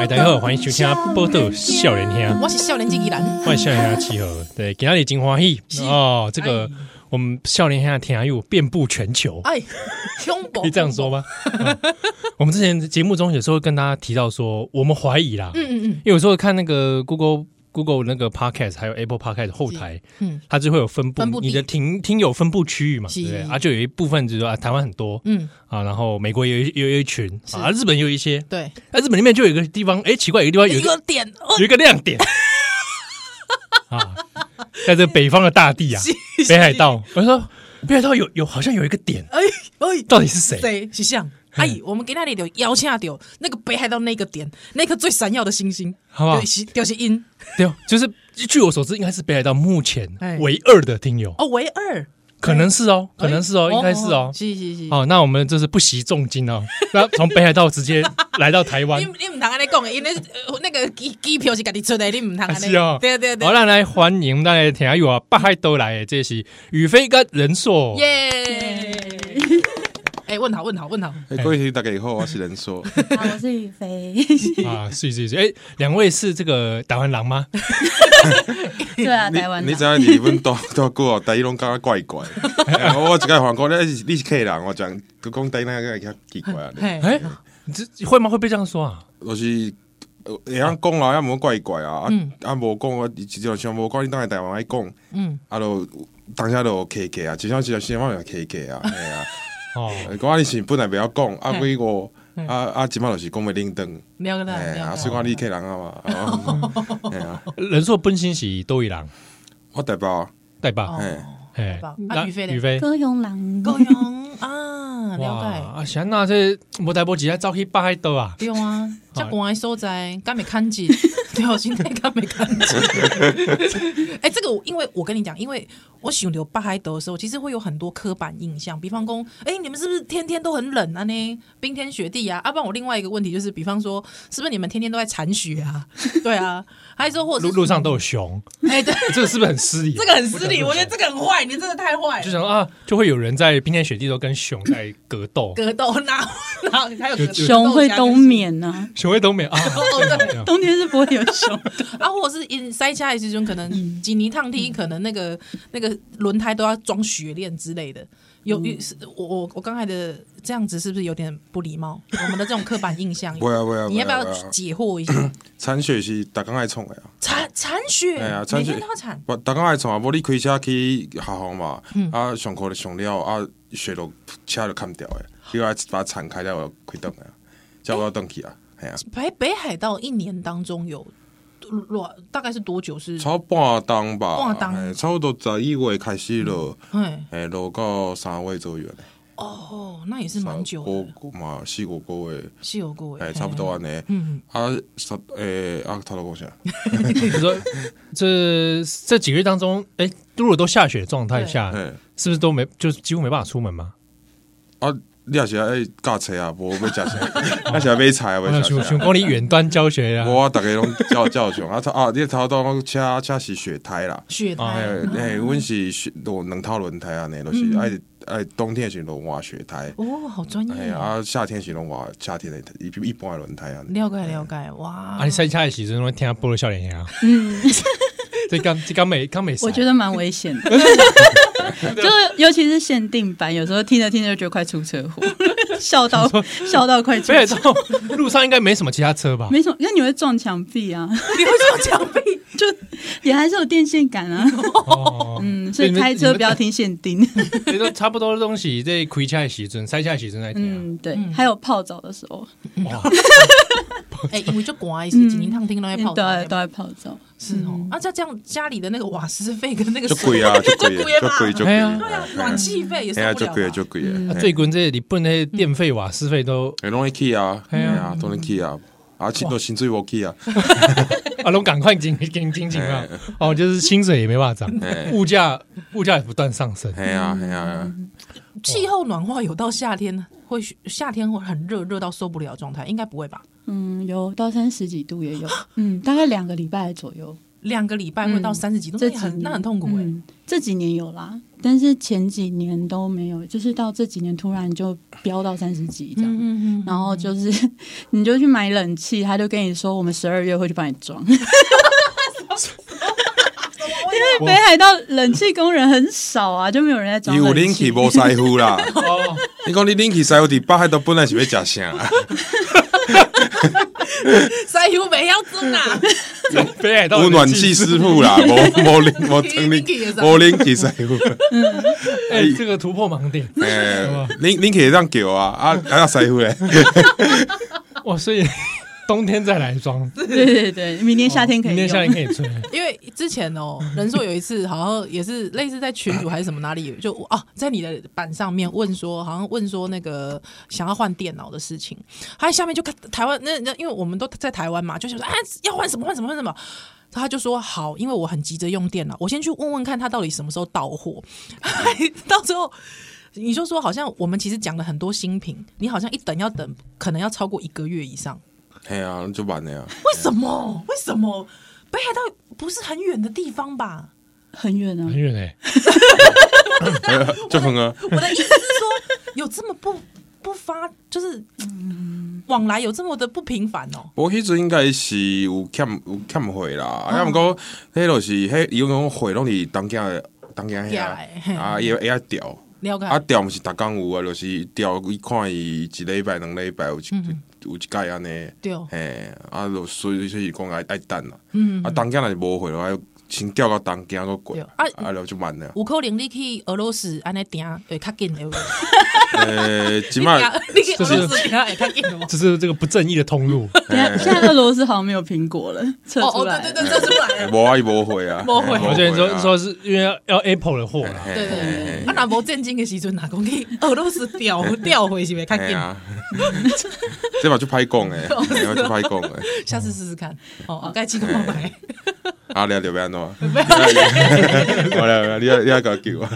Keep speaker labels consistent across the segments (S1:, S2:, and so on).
S1: 哎，大家好，欢迎收听《波豆笑人听》，
S2: 我是少年机器人，
S1: 欢迎笑人听气候。对，今天真欢喜哦，这个我们笑人听的听友遍布全球，
S2: 哎，凶暴
S1: 可以这样说？吗？嗯我们之前节目中有时候跟大家提到说，我们怀疑啦，
S2: 嗯嗯嗯，
S1: 因为有时候看那个 Google。Google 那个 Podcast 还有 Apple Podcast 后台，
S2: 嗯
S1: 它就会有分布
S2: 分布地
S1: 你的听听友分布区域嘛，
S2: 是
S1: 对不对？啊，就有一部分就是说啊，台湾很多，
S2: 嗯，
S1: 啊，然后美国也有一也有一群，
S2: 是
S1: 啊，日本也有一些，
S2: 对，
S1: 啊，日本里面就有一个地方，哎，奇怪，有一个地方有
S2: 一
S1: 一个
S2: 个点，哦
S1: 有一个亮点 啊，在这北方的大地 啊，北海，道，我说北海道有有好像有一个点，
S2: 哎哎，
S1: 到底是谁？
S2: 谁是像？哎，我们给那里有邀请到那个北海道那个点，那颗最闪耀的星星，
S1: 好不好
S2: 就是就是因
S1: 对哦，就是据我所知，应该是北海道目前
S2: 哎
S1: 唯二的听友，
S2: 哦，唯二，
S1: 可能是哦，可能是哦，
S2: 哎
S1: 应该是哦。
S2: 是是是。
S1: 哦，那我们就是不惜重金哦， 那从北海道直接来到台湾
S2: 你，你唔通安尼讲的，因为呃那个机机票是家己出的，你唔通安
S1: 啊
S2: 尼。
S1: 是哦，
S2: 对对对
S1: 好，，咱来欢迎咱的听友啊，北海道来的，这是宇飞跟仁硕，
S2: 耶！哎，问好问好问好，
S3: 哎、各位听众大家好，我是人说，
S4: 好，我是宇飞。
S1: 啊，是是是，哎，两位是这个台湾狼吗？
S4: 对啊，
S3: 你
S4: 台湾
S3: 你
S4: 的
S3: 知影日本多多久哦，台语拢感觉怪怪。哎我一个韩国，你是你是客人，我讲都讲台语那个较奇怪啊。
S2: 嘿，
S1: 哎，你这会吗？会被这样说啊？
S3: 我是呃会晓讲啦，也无怪怪啊，啊啊无讲我一直想无讲你当来台湾爱讲，
S2: 嗯，
S3: 啊就当下就客客啊，一像一条新闻也客客啊，哎呀，
S1: 哦，
S3: 讲啊你是本来袂晓讲，啊
S2: 嘿
S3: 几个啊啊，即摆就是讲袂灵登，
S2: 了解
S3: 哎
S2: 了
S3: 啊，
S2: 解
S3: 所以。讲你客人啊嘛，哦哎呀，
S1: 人说本身是多一郎，
S3: 我代表，
S1: 对
S2: 哦
S1: 吧？
S3: 哎。
S1: 哎
S2: 吧，
S1: 那
S2: 啊宇飞嘞
S1: 宇飞，
S4: 高雄人，
S2: 高雄啊，了
S1: 啊，想那这无代无志还走去北海道啊？
S2: 解。对啊，遮寒的所在，敢没看见？对啊，现在敢没看见？ 哎，这个我因为我跟你讲，因为我喜欢留北海道的时候，其实会有很多刻板印象，比方说，哎，你们是不是天天都很冷啊？呢，冰天雪地啊？啊，不然我另外一个问题就是，比方说，是不是你们天天都在铲雪啊？ 对啊，还是说或者
S1: 路
S2: 是
S1: 路上都有 熊，
S2: 哎， 对，
S1: 这个是不是很失礼？
S2: 这个很 失礼，我觉得这个很坏，你真的太坏
S1: 就想
S2: 了。
S1: 说啊，就会有人在冰天雪地都跟熊在格斗，
S2: 格斗哪哪还有格斗
S4: 熊会冬眠呐、
S1: 熊会冬眠啊？
S2: 哦对
S4: 啊，冬天是不会有熊的。
S2: 啊，或者是因塞下来时钟，可
S1: 嗯
S2: 能几泥烫梯，可能那个那个轮胎都要装雪链之类的。有
S1: 嗯
S2: 有是，我我我刚才的这样子是不是有点不礼貌？我们的这种刻板印象，
S3: 不会啊不会啊
S2: 你要不要
S3: 不会啊不会啊
S2: 解惑一下？
S3: 铲雪是逐工爱创的啊，
S2: 铲铲雪，
S3: 哎呀
S2: 每
S3: 铲雪
S2: 天都要铲，
S3: 我逐工爱创啊，无你开车去学校嘛，
S2: 嗯
S3: 啊上课就上了啊，雪落车就砍掉的，你要把它铲开了，我开灯啊，叫我要灯去啊，系啊，
S2: 北北海道一年当中有多大概是多久是？
S3: 超半冬吧，
S2: 嗯半冬
S3: 嘿差不多十一月开始落，
S2: 哎
S3: 诶落到三月左右咧，
S2: 哦，那也是蛮久的，
S3: 五嘛四五个月，
S2: 是有过
S3: 哎诶差不多。安尼，
S2: 嗯，
S3: 啊十诶啊头头讲啥？
S1: 你说这这几个月当中，哎，如果都下雪的状态下，
S3: 诶
S1: 是不是都没就是几乎没办法出门嘛？
S3: 啊你也是爱驾车啊，无要 食啥，那是要买菜啊，
S1: 我
S3: 要
S1: 想
S3: 食
S1: 熊
S3: 啥
S1: 熊？光你远端教学呀
S3: 无，啊，逐个拢照照上啊，头 啊，你头当拢车车是雪胎啦，
S2: 雪
S3: 哎
S2: 胎，
S3: 哎，阮是雪落两套轮胎安尼，就是哎哎，冬天是拢换雪胎，
S2: 哦，好专
S3: 哎
S2: 业
S3: 呀
S2: 哦。
S3: 啊，夏天是拢换夏天的一一般的轮胎安尼。
S2: 了解了解，哇！
S1: 啊，你塞下的时阵会听他菠萝笑脸呀？
S4: 嗯，
S1: 这刚这刚美刚美，
S4: 我觉得蛮危险 的，就是尤其是限定版，有时候听着听着就觉得快出车祸， 笑到笑到 快出
S1: 北海
S4: 车祸。
S1: 道路上应该没什么其他车吧？
S4: 没什么，因为你会撞墙壁啊，
S2: 你会撞墙壁？
S4: 就也还是有电线杆啊。
S1: 哦，
S4: 嗯，所以
S1: 你们
S4: 开车不要听限定。
S1: 所以都差不多的东西，这开车的时阵、塞车的时阵来听
S4: 嗯，对，还有泡澡的时候，
S1: 啊。哇，
S2: 哎、因为就乖，是几年烫听都在
S4: 嗯
S2: 泡
S4: 都
S2: 茶
S4: 在
S2: 的
S4: 都
S2: 嘛，
S4: 在泡澡。
S2: 是哦。啊，这这样家里的那个瓦斯费跟那个
S3: 就
S2: 水
S3: 贵啊，就贵，就
S2: 嗯就贵吧啊
S3: 贵，就贵，
S1: 哎呀
S2: 暖气费也受
S3: 哎呀，就
S2: 不
S3: 贵
S2: 了
S3: 了，就
S2: 吧。
S3: 贵了。
S1: 嗯啊最近这日本的电费、瓦斯费都
S3: 哎，拢会去啊，
S1: 哎
S3: 哎
S1: 呀
S3: 呀，拢会去啊，啊，钱都薪水无去啊，
S4: 嗯
S1: 啊，拢赶快紧紧紧紧啊！哦，就是薪水也没办法涨，
S3: 哎
S1: 物价物价也不断上升。
S3: 哎呀，哎呀，
S2: 气候暖化有到夏天会夏天会很热，热到受不了的状态，应该不会吧？
S4: 嗯，有到三十几度也有，嗯，大概两个礼拜左右。
S2: 两个礼拜会到三十几度，
S4: 这
S2: 那
S4: 几
S2: 也
S4: 年
S2: 很那很痛苦哎、
S4: 嗯，这几年有啦，但是前几年都没有，就是到这几年突然就飙到三十几这样。
S2: 嗯嗯
S4: 然后就是你就去买冷气，他就跟你说我们十二月会去帮你装， 因为北海道冷气工人很少啊，就没有人在装
S3: 有
S4: 冷
S3: 拎
S4: 气
S3: 起。无在乎啦。
S1: 哦，
S3: 你讲你拎起在乎，伫北海道本来是要食啥啊？
S2: 塞油没要蒸啊，
S1: 在北海道
S3: 有暖气
S1: 是，
S3: 师 傅啦，无无拎无整拎
S2: 拎起也是，
S3: 无拎起在乎。
S1: 哎，这个突破盲点
S3: 诶，拎拎起会当叫啊啊啊！在乎嘞，
S1: 哇，哦所以冬天再来 装，
S4: 对对对，明年夏天可以
S1: 哦明天夏天
S4: 用。
S1: 可以吹，
S2: 因为之前哦，人硕有一次好像也是类似在群主还是什么哪里，就哦、在你的板上面问说，好像问说那个想要换电脑的事情，他下面就看台湾那那，因为我们都在台湾嘛，就想说啊要换什么换什么换什么。他就说好，因为我很急着用电脑，我先去问问看他到底什么时候到货。 到最后，你就说好像我们其实讲了很多新品，你好像一等要等，可能要超过一个月以上。
S3: 嘿啊，就慢的啊。
S2: 为什么？为什么？北海道不是很远的地方吧？
S4: 很远啊
S1: 很，远哎，
S3: 就很啊，
S2: 我的意思是说， 有这么不不发，就是往来有这么的不频繁哦。
S3: 我迄阵应该是有欠有欠费啦，
S1: 哦
S3: 啊，毋过迄就是迄伊讲费拢是东京的东京
S2: 寄来哎嘿
S3: 遐
S1: 嗯
S3: 啊，伊会晓调。
S2: 了解，
S3: 啊，调毋是逐工有啊，就是调伊看伊一礼拜、两礼拜有一、
S1: 嗯
S3: 有一届安尼，
S2: 对哦
S3: 嘿，啊，就所以所以讲爱爱等啦，嗯，啊，东京若是无回来，先调到东京个过，
S2: 对
S3: 啊
S2: 啊，。
S3: 啊，就就慢了
S2: 有可能你去俄罗斯安尼定会较 紧的有无，
S3: 呃，即
S2: 你
S3: 摆
S2: 定 你去俄罗斯定会较紧的吗？
S1: 这是这个不正义的通路，
S4: 等一下现在俄罗斯好像没有苹果了，测
S2: 哦
S4: 出
S2: 哦，
S4: 来
S2: 对
S4: 了。
S2: 对 对，这出来了。
S3: 无啊，伊无回啊，
S2: 无回
S3: 嘿
S1: 我之前说，
S3: 啊
S1: 说是因为要要 Apple 的货啦，
S3: 嘿
S2: 对对
S3: 嘿
S2: 对，
S3: 嘿
S2: 啊，若无正经的时阵，啊哪讲去俄罗斯 调调回是袂较
S3: 嘿
S2: 紧？
S3: 啊， 这嘛就歹讲诶，嘿嘛就歹讲诶，
S2: 下次试试看。哦，该去干嘛买？
S3: 啊，你啊就要安怎样？ 我了，你要你要甲救啊？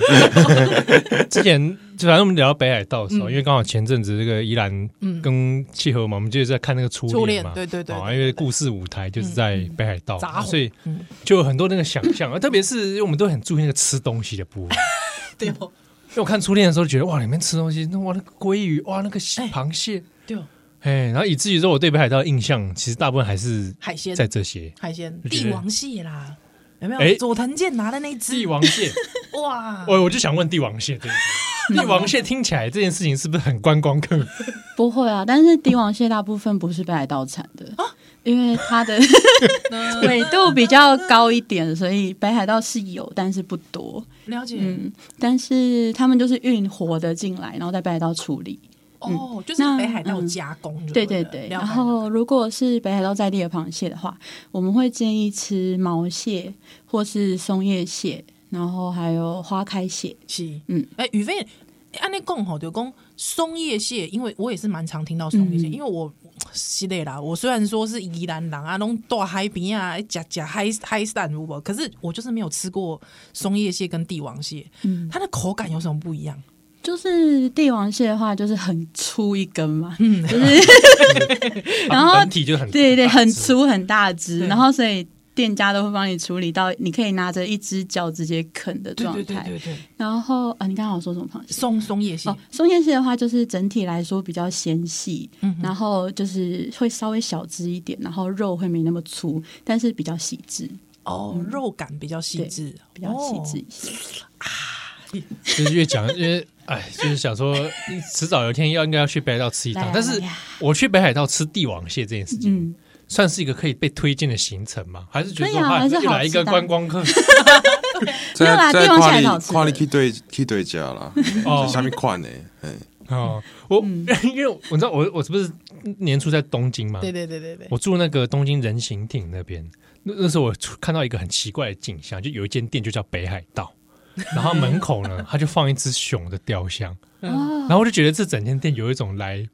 S1: 之前就反正我们聊到北海道的时候，
S2: 嗯
S1: 因为刚好前阵子这个宜兰跟契合嘛，我们就是在看那个初
S2: 初
S1: 恋
S2: 恋
S1: 嘛，
S2: 对对对
S1: 哦
S2: 对嗯
S1: 因为故事舞台就是在北海道
S2: 杂
S1: 嘛，
S2: 货
S1: 所以就有很多那个想象，啊特别是因为我们都很注意那个吃东西的部 分。
S2: 对哦
S1: 因为我看初恋的时候，觉得哇，里面吃东西，那哇那个鲑鱼，哇那个蟹螃蟹，
S2: 对哦，
S1: 哎，然后以至于说我对北海道的印象，其实大部分还是
S2: 海鲜
S1: 在这 些
S2: 海鲜
S1: 就觉得
S2: 帝王蟹啦，有没
S1: 哎
S2: 有？佐藤健拿的那一只
S1: 帝，王蟹。哦
S2: 哇，
S1: 我我就想问帝王蟹，对 不对帝王蟹听起来这件事情是不是很观光客？
S4: 不会啊，但是帝王蟹大部分不是北海道产的，
S2: 啊
S4: 因为它 的
S2: 嗯
S4: 纬度比较高一点，所以北海道是有，但是不多。
S2: 了解。
S4: 嗯，但是他们就是运活的进来，然后在北海道处理。
S2: 哦，就
S4: 嗯
S2: 是
S4: 那
S2: 北海道
S4: 嗯
S2: 加工就
S4: 对对
S2: 对了
S4: 对。
S2: 了
S4: 然
S2: 解
S4: 后如果是北海道在地的螃蟹的话，我们会建议吃毛蟹或是松叶蟹，然后还有花开蟹。
S2: 是
S4: 嗯，
S2: 哎，宇飞，按那讲吼，就讲松叶蟹，因为我也是蛮常听到松叶蟹，
S4: 嗯
S2: 因为我是的啦，我虽然说是宜兰人啊，拢大海边啊，假假海海产如果，可是我就是没有吃过松叶蟹跟帝王蟹，
S4: 嗯，
S2: 它的口感有什么不一样？
S4: 就是帝王蟹的话，就是很粗一根嘛，
S2: 嗯，
S4: 然后
S2: 啊
S1: 它本体就很
S4: 对对，很
S1: 大只
S4: 粗很大只，
S2: 对
S4: 然后所以店家都会帮你处理到，你可以拿着一只脚直接啃的
S2: 对
S4: 状态。
S2: 对对对对，
S4: 然后啊，你刚刚有说什么螃蟹？
S2: 松松叶蟹
S4: 哦，松叶蟹的话，就是整体来说比较纤细，
S2: 嗯
S4: 然后就是会稍微小只一点，然后肉会没那么粗，但是比较细致，
S2: 哦，肉感比较细
S4: 对
S2: 致，
S4: 比较细致
S2: 哦。
S4: 一些。
S1: 就是越讲，因为哎，就是想说，迟早有一天要应该要去北海道吃一
S4: 来
S1: 趟
S4: 啊。
S1: 但是
S4: 来啊
S1: 我去北海道吃帝王蟹这件事情，
S4: 嗯，
S1: 算是一个可以被推荐的行程吗？还是觉得说，
S4: 可以啊
S1: 哎
S4: 还是好吃
S1: 又
S4: 的
S1: 来一个观 光客
S4: 没有啦
S3: 这
S4: 帝王蟹
S3: 看
S4: 还
S3: 你
S4: 是好吃的
S3: 看你去对去对食啦，
S1: 哦
S3: 是啥物款诶？嘿
S1: 哦。我
S4: 嗯
S1: 因为我知道我我是不是年初在东京嘛？
S2: 对对对对对，
S1: 我住那个东京人行町那边，那那时候我出看到一个很奇怪的景象，就有一间店就叫北海道，然后门口呢，它就放一只熊的雕像，
S4: 哦
S1: 然，后我就觉得这整间店有一种来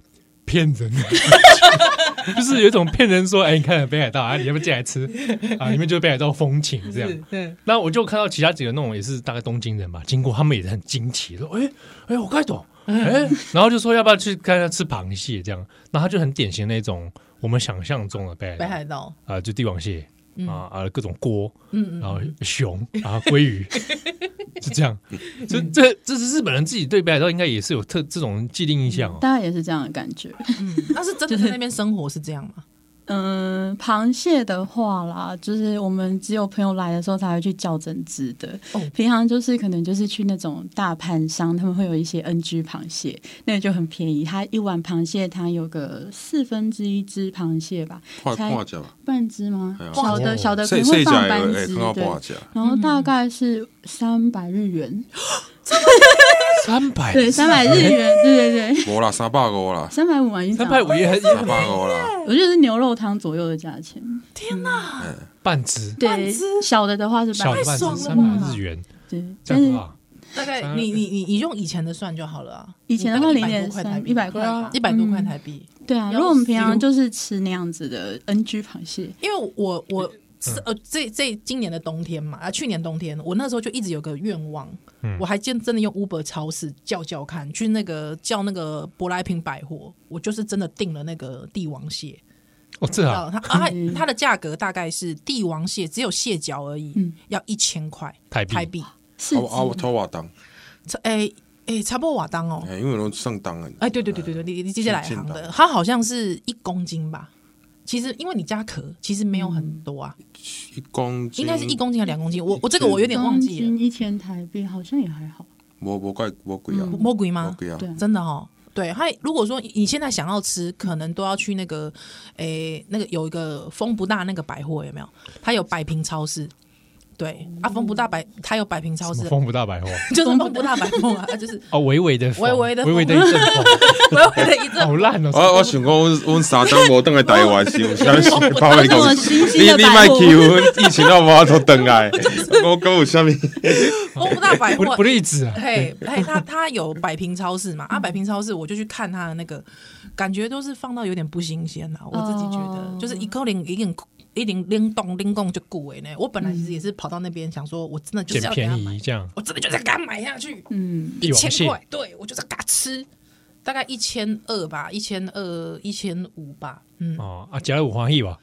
S1: 骗人的感觉，就是有一种骗人说，哎，你看北海道啊，你要不要进来吃啊？里面就是北海道风情这样。
S2: 对，
S1: 那我就看到其他几个那种也是大概东京人吧，经过他们也是很惊奇，说：“哎、哎、我看懂。哎，然后就说要不要去看看吃螃蟹这样，那他就很典型那种我们想象中的北海
S2: 北
S1: 道啊、
S2: 海道
S1: 就帝王蟹，啊啊各种锅，
S2: 嗯
S1: 然后熊，然后鲑鱼， 是这样。
S2: 嗯
S1: 这这这是日本人自己对北海道应该也是有特这种既定印象哦。
S4: 大概也是这样的感觉。
S2: 嗯，那是真的在那边生活是这样吗？
S4: 嗯，螃蟹的话啦，就是我们只有朋友来的时候才会去叫整只的。
S2: 哦
S4: 平常就是可能就是去那种大盘商，他们会有一些 NG 螃蟹，那个就很便宜。它一碗螃蟹，它有个四分之一只螃蟹吧，
S3: 看
S4: 才
S3: 看下吧，
S4: 半只吗
S3: 哎呀？
S4: 小的
S1: 哦
S4: 小的可
S3: 细
S4: 能
S3: 细
S4: 会
S3: 只
S4: 放
S3: 的
S4: 半
S3: 会哎
S4: 只，
S3: 看到半
S4: 对。
S3: 只，
S4: 然后大概是三百日元，
S1: 哎三百
S4: 对，三百日元，对对对，
S3: 无啦，三百五啦，
S4: 三百五嘛，已经
S1: 三
S4: 涨
S1: 百五也很也
S3: 三
S1: 很
S3: 百五啦，
S4: 我觉得是牛肉汤左右的价钱。
S2: 天哪，
S1: 半只，
S4: 对，小的的话是
S1: 小
S4: 半只，
S1: 的半
S2: 太
S1: 只
S2: 哎爽
S1: 三
S2: 了嗯
S1: 百
S2: 吧
S1: 日元，
S4: 对，
S1: 这
S4: 但
S1: 样啊
S4: 是
S1: 多少？
S2: 大概你你你你用以前的算就好了啊，
S4: 以前的话零
S2: 大概100
S4: 点
S2: 多块台
S4: 三
S2: 币啊
S4: 一百块吧，
S2: 一百多块台币，
S4: 嗯。对啊，
S2: 要
S4: 如果我们平
S2: 死
S4: 常就是吃那样子的 NG 螃蟹，
S2: 因为我我是
S1: 嗯
S2: 呃这这今年的冬天嘛，啊去年冬天，我那时候就一直有个愿望，
S1: 嗯
S2: 我还真真的用 Uber 超市叫叫看，去那个叫那个舶来品百货，我就是真的订了那个帝王蟹，
S1: 哦，这啊，
S2: 啊，它啊
S4: 嗯
S2: 它它的价格大概是帝王蟹只有蟹脚而已，
S4: 嗯
S2: 要一千块
S1: 台币
S2: 台币，
S4: 是
S3: 啊啊，我偷我当，
S2: 差哎哎差不多瓦当哦，
S3: 哎，因为拢上当的，
S2: 哎对对对对对，你你接下来
S3: 进
S2: 行
S3: 进
S2: 的，它好像是一公斤吧。其实，因为你加壳，其实没有很多啊，
S3: 一公斤
S2: 应该是一，公斤还是两公斤？我我这个我有
S4: 一
S2: 点忘
S4: 公
S2: 记了。
S4: 斤一千台币，好像也还好。
S3: 无无怪无贵啊，
S2: 魔鬼
S3: 无
S2: 吗？
S3: 贵啊，
S4: 对啊，
S2: 真的哦，对。还如果说你现在想要吃，可能都要去那个，诶、那个有一个风不大那个百货有没有？它有百平超市，对啊，风不大百，它有百平超
S1: 什
S2: 市
S1: 么，丰不大百货
S2: 就是风不大百货啊，就是
S1: 哦，微微的风，
S2: 微微的
S1: 微
S2: 风
S1: 微的一阵 风，
S2: 我有的一
S1: 好
S2: 阵。
S1: 烂哦！
S3: 我我想讲，阮阮三张无等来台湾是有啥物包的
S4: 这
S3: 讲
S4: 么哦新兴
S3: 哦你
S4: 的
S3: 你
S4: 百
S3: 卖
S4: 货
S3: 欺阮疫情都无法度 等来，我讲有啥物？
S2: 风不大百
S1: 不
S2: 货
S1: 不，例子啊，
S2: 嘿，嘿，它它有百平超市嘛？啊，百平超市我就去看它的那个，感觉都是放到有点不新鲜啦。我自己觉得，
S4: 哦
S2: 就是一扣零一零一零零动零动就固哎呢。我本来其实也是跑到那边想说，我真的就是
S1: 捡
S2: 要给他
S1: 便
S2: 买
S1: 宜，这样。
S2: 我真的就是要给他买下去，
S4: 嗯，
S2: 一
S1: 帝王
S2: 千
S1: 蟹
S2: 块，对我就是要给他吃，大概一千二吧，一千二一千五吧，嗯，
S1: 哦啊，加了五黄奕吧，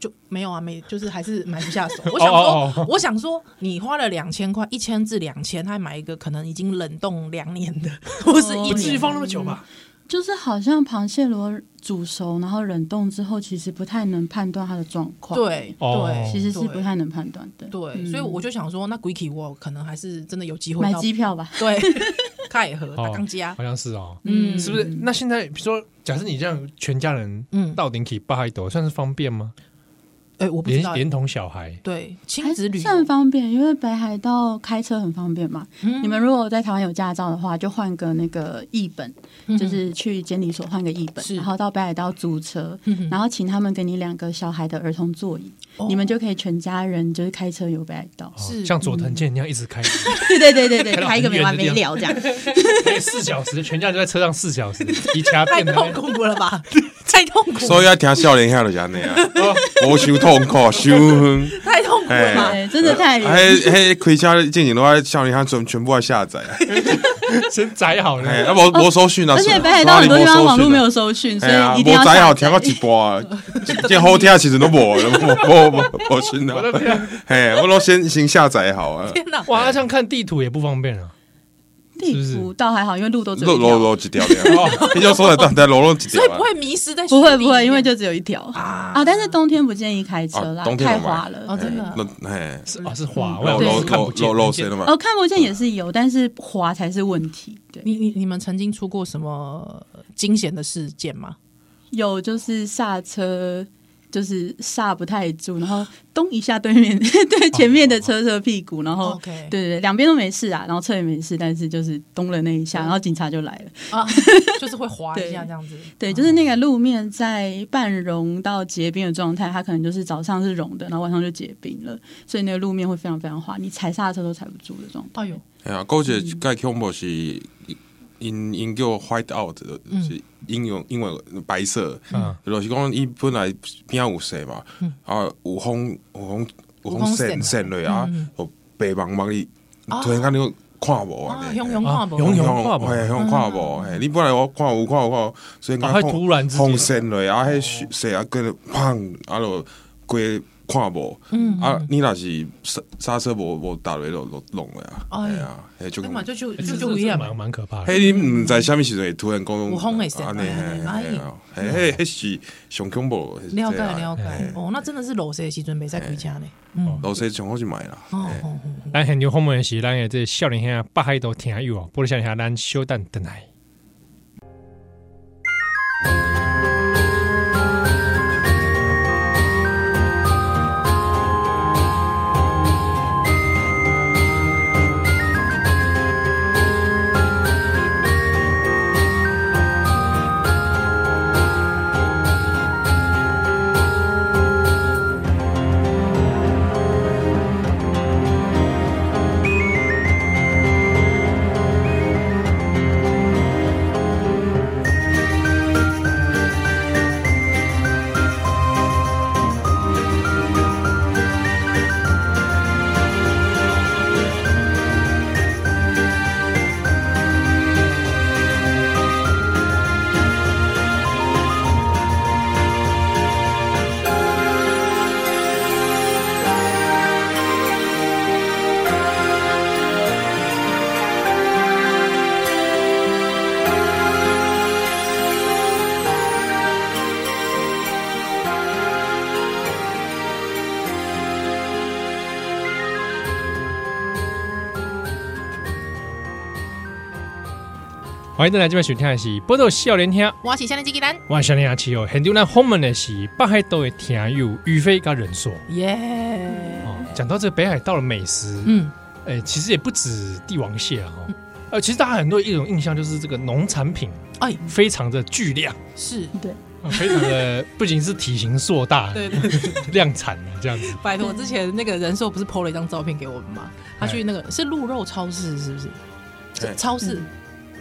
S2: 就没有啊，没就是还是买不下 手。我想说，
S1: 哦哦
S2: 我想说，你花了两千块，一千至两千，还买一个可能已经冷冻两年 的，或是一
S4: 不至于
S2: 年
S4: 哦
S2: 嗯
S4: 放那么久吧？就是好像螃蟹如果煮熟，然后冷冻之后，其实不太能判断它的状况。，
S2: 对
S1: 哦
S2: 对，
S4: 其实是不太能判断的。
S2: 对，
S4: 嗯
S2: 所以我就想说，那 Guiki 我可能还是真的有机会
S4: 买
S2: 到
S4: 机票吧。
S2: 对 开河大
S1: 哦
S2: 钢啊家，
S1: 好像是哦，
S2: 嗯
S1: 是不是？那现在比如说，假设你这样全家人
S2: 嗯
S1: 到顶起巴海斗，算是方便吗？
S2: 哎，我不知
S1: 连
S2: 道，
S1: 连同小孩，
S2: 对亲
S4: 还
S2: 子旅游
S4: 哎算方便，因为北海道开车很方便嘛。
S2: 嗯
S4: 你们如果在台湾有驾照的话，就换个那个译本，就是去监理所换个译本，
S2: 嗯是
S4: 然后到北海道租车，
S2: 嗯哼
S4: 然后请他们给你两个小孩的儿童座椅，
S2: 哦
S4: 你们就可以全家人就是开车游北海道。
S1: 哦
S2: 是
S1: 像佐藤健那样一直 开，
S4: 对对对对对
S1: 开到
S4: 开一个
S1: 很
S4: 没完
S1: 远的地
S4: 没
S1: 方
S4: 了这样。
S1: 开哎四小时，全家就在车上四小时， 一家
S2: 太
S1: 变得
S2: 痛苦了 吧？太痛苦了，
S3: 所以啊，听少年遐就是安尼 啊，无伤痛苦，伤远。
S2: 太痛苦了
S1: 哎
S2: 吧？
S4: 对，真的太远。
S3: 迄迄开车进前的话，少年遐全全部要 下载，
S1: 先宰好
S3: 哎，
S1: 了。
S3: 啊无无搜寻啊，
S4: 哦而且北海道很多地方网络没有搜
S1: 啊
S4: 寻，所
S3: 哎呀，
S4: 以一定
S3: 无
S4: 要
S3: 载
S4: 下
S3: 好
S4: 载
S3: 听到一半啊，这好听的其实都无 了，无无无无寻到
S1: 我，的天，
S3: 嘿，我都先先下载好啊，
S2: 天哪！
S1: 哇，那这样看地图也不方便啊。是不
S4: 地
S1: 是
S4: 图倒还好，因为路都只有
S3: 落
S4: 一条
S3: 落落一条了，你就说来当在落落一条
S2: 所以
S3: 啊
S2: 不，会迷失在
S4: 不
S2: 雪
S4: 会
S2: 地
S4: 不
S2: 里
S4: 会，因为
S2: 面
S4: 就只有一条啊。但是冬天不建议开车啦
S3: 啊，冬天
S4: 太
S3: 我买
S4: 滑了
S2: 哦，。真的啊
S3: 那嘿，
S1: 是啊，是
S2: 嗯
S1: 滑，我想
S3: 落
S1: 说
S3: 落
S1: 是看不
S3: 落
S1: 见
S3: 落落谁了嘛？
S4: 哦，看不见也是有，但是滑才是问题。对，
S2: 你你你们曾经出过什么惊险的事件吗？
S4: 有就是刹车就是刹不太住，然后咚一下对面 对前面的车车屁股，然后
S2: 哦 OK
S4: 对对对，两边都没事啊，然后车也没事，但是就是咚了那一下，然后警察就来了。
S2: 啊，就是会滑一下这样子。
S4: 对，就是那个路面在半融到结冰的状态，它可能就是早上是融的，然后晚上就结冰了，所以那个路面会非常非常滑，你踩刹车都踩不住的状态。
S2: 哎呦，
S3: 哎呀，高姐盖恐怖是因因叫 white out，是英用英文白色，
S1: 嗯
S3: 就是讲伊本来边仔有色嘛，啊有风有风
S2: 有
S3: 有风
S2: 风扇
S3: 扇扇落啊，有白茫茫哩，突然间你看无
S2: 啊
S3: 啊，，
S2: 熊熊跨步，
S1: 啊熊熊看无
S3: 嘿，熊看无，嘿，你本来我看有看有看有，所以
S1: 啊它突然之间
S3: 风扇落啊，迄色啊跟着砰啊就规看无，
S2: 嗯
S3: 啊，你若是刹刹车无无打落就就弄了
S2: 哎
S3: 啊，哎呀，嘿就
S2: 那嘛就就
S1: 欸
S2: 就
S1: 这
S2: 就
S1: 这
S2: 不一样
S1: 蛮蛮可怕的。
S3: 嘿，你毋知啥物时阵会突然讲，啊
S2: 有风会生
S3: 安尼
S2: 哎
S3: 嘿，嘿嘿，迄是上恐怖的，
S2: 了解了解
S1: 哎，
S2: 哦，那真的是落雪的时阵没在开车呢。
S3: 老师上好去买啦，
S1: 哎
S2: 哦
S3: 嘿
S2: 哦哦，
S1: 咱现场访问的是咱的这少年兄啊北海道听友哦，不如少年兄咱小等等来。欢迎再来这边收听的是报道少年兄，
S2: 我是夏天机器人，
S1: 我是少年兄七哦。现场咱访问的是北海道的听友宇飞跟人说
S2: 耶，
S1: 哦。讲到这北海道的美食，
S2: 嗯，
S1: 哎，其实也不止帝王蟹啊哦。呃，其实大家很多一种印象就是这个农产品
S2: 哎，
S1: 非常的巨量，
S2: 是，
S4: 对，
S1: 啊非常的不仅是体型硕大，
S2: 对对对，
S1: 量产的这样子。
S2: 拜托，之前那个人寿不是 PO 了一张照片给我们吗？
S1: 哎
S2: 他去那个是鹿肉超市，是不是？
S3: 对
S2: 超市，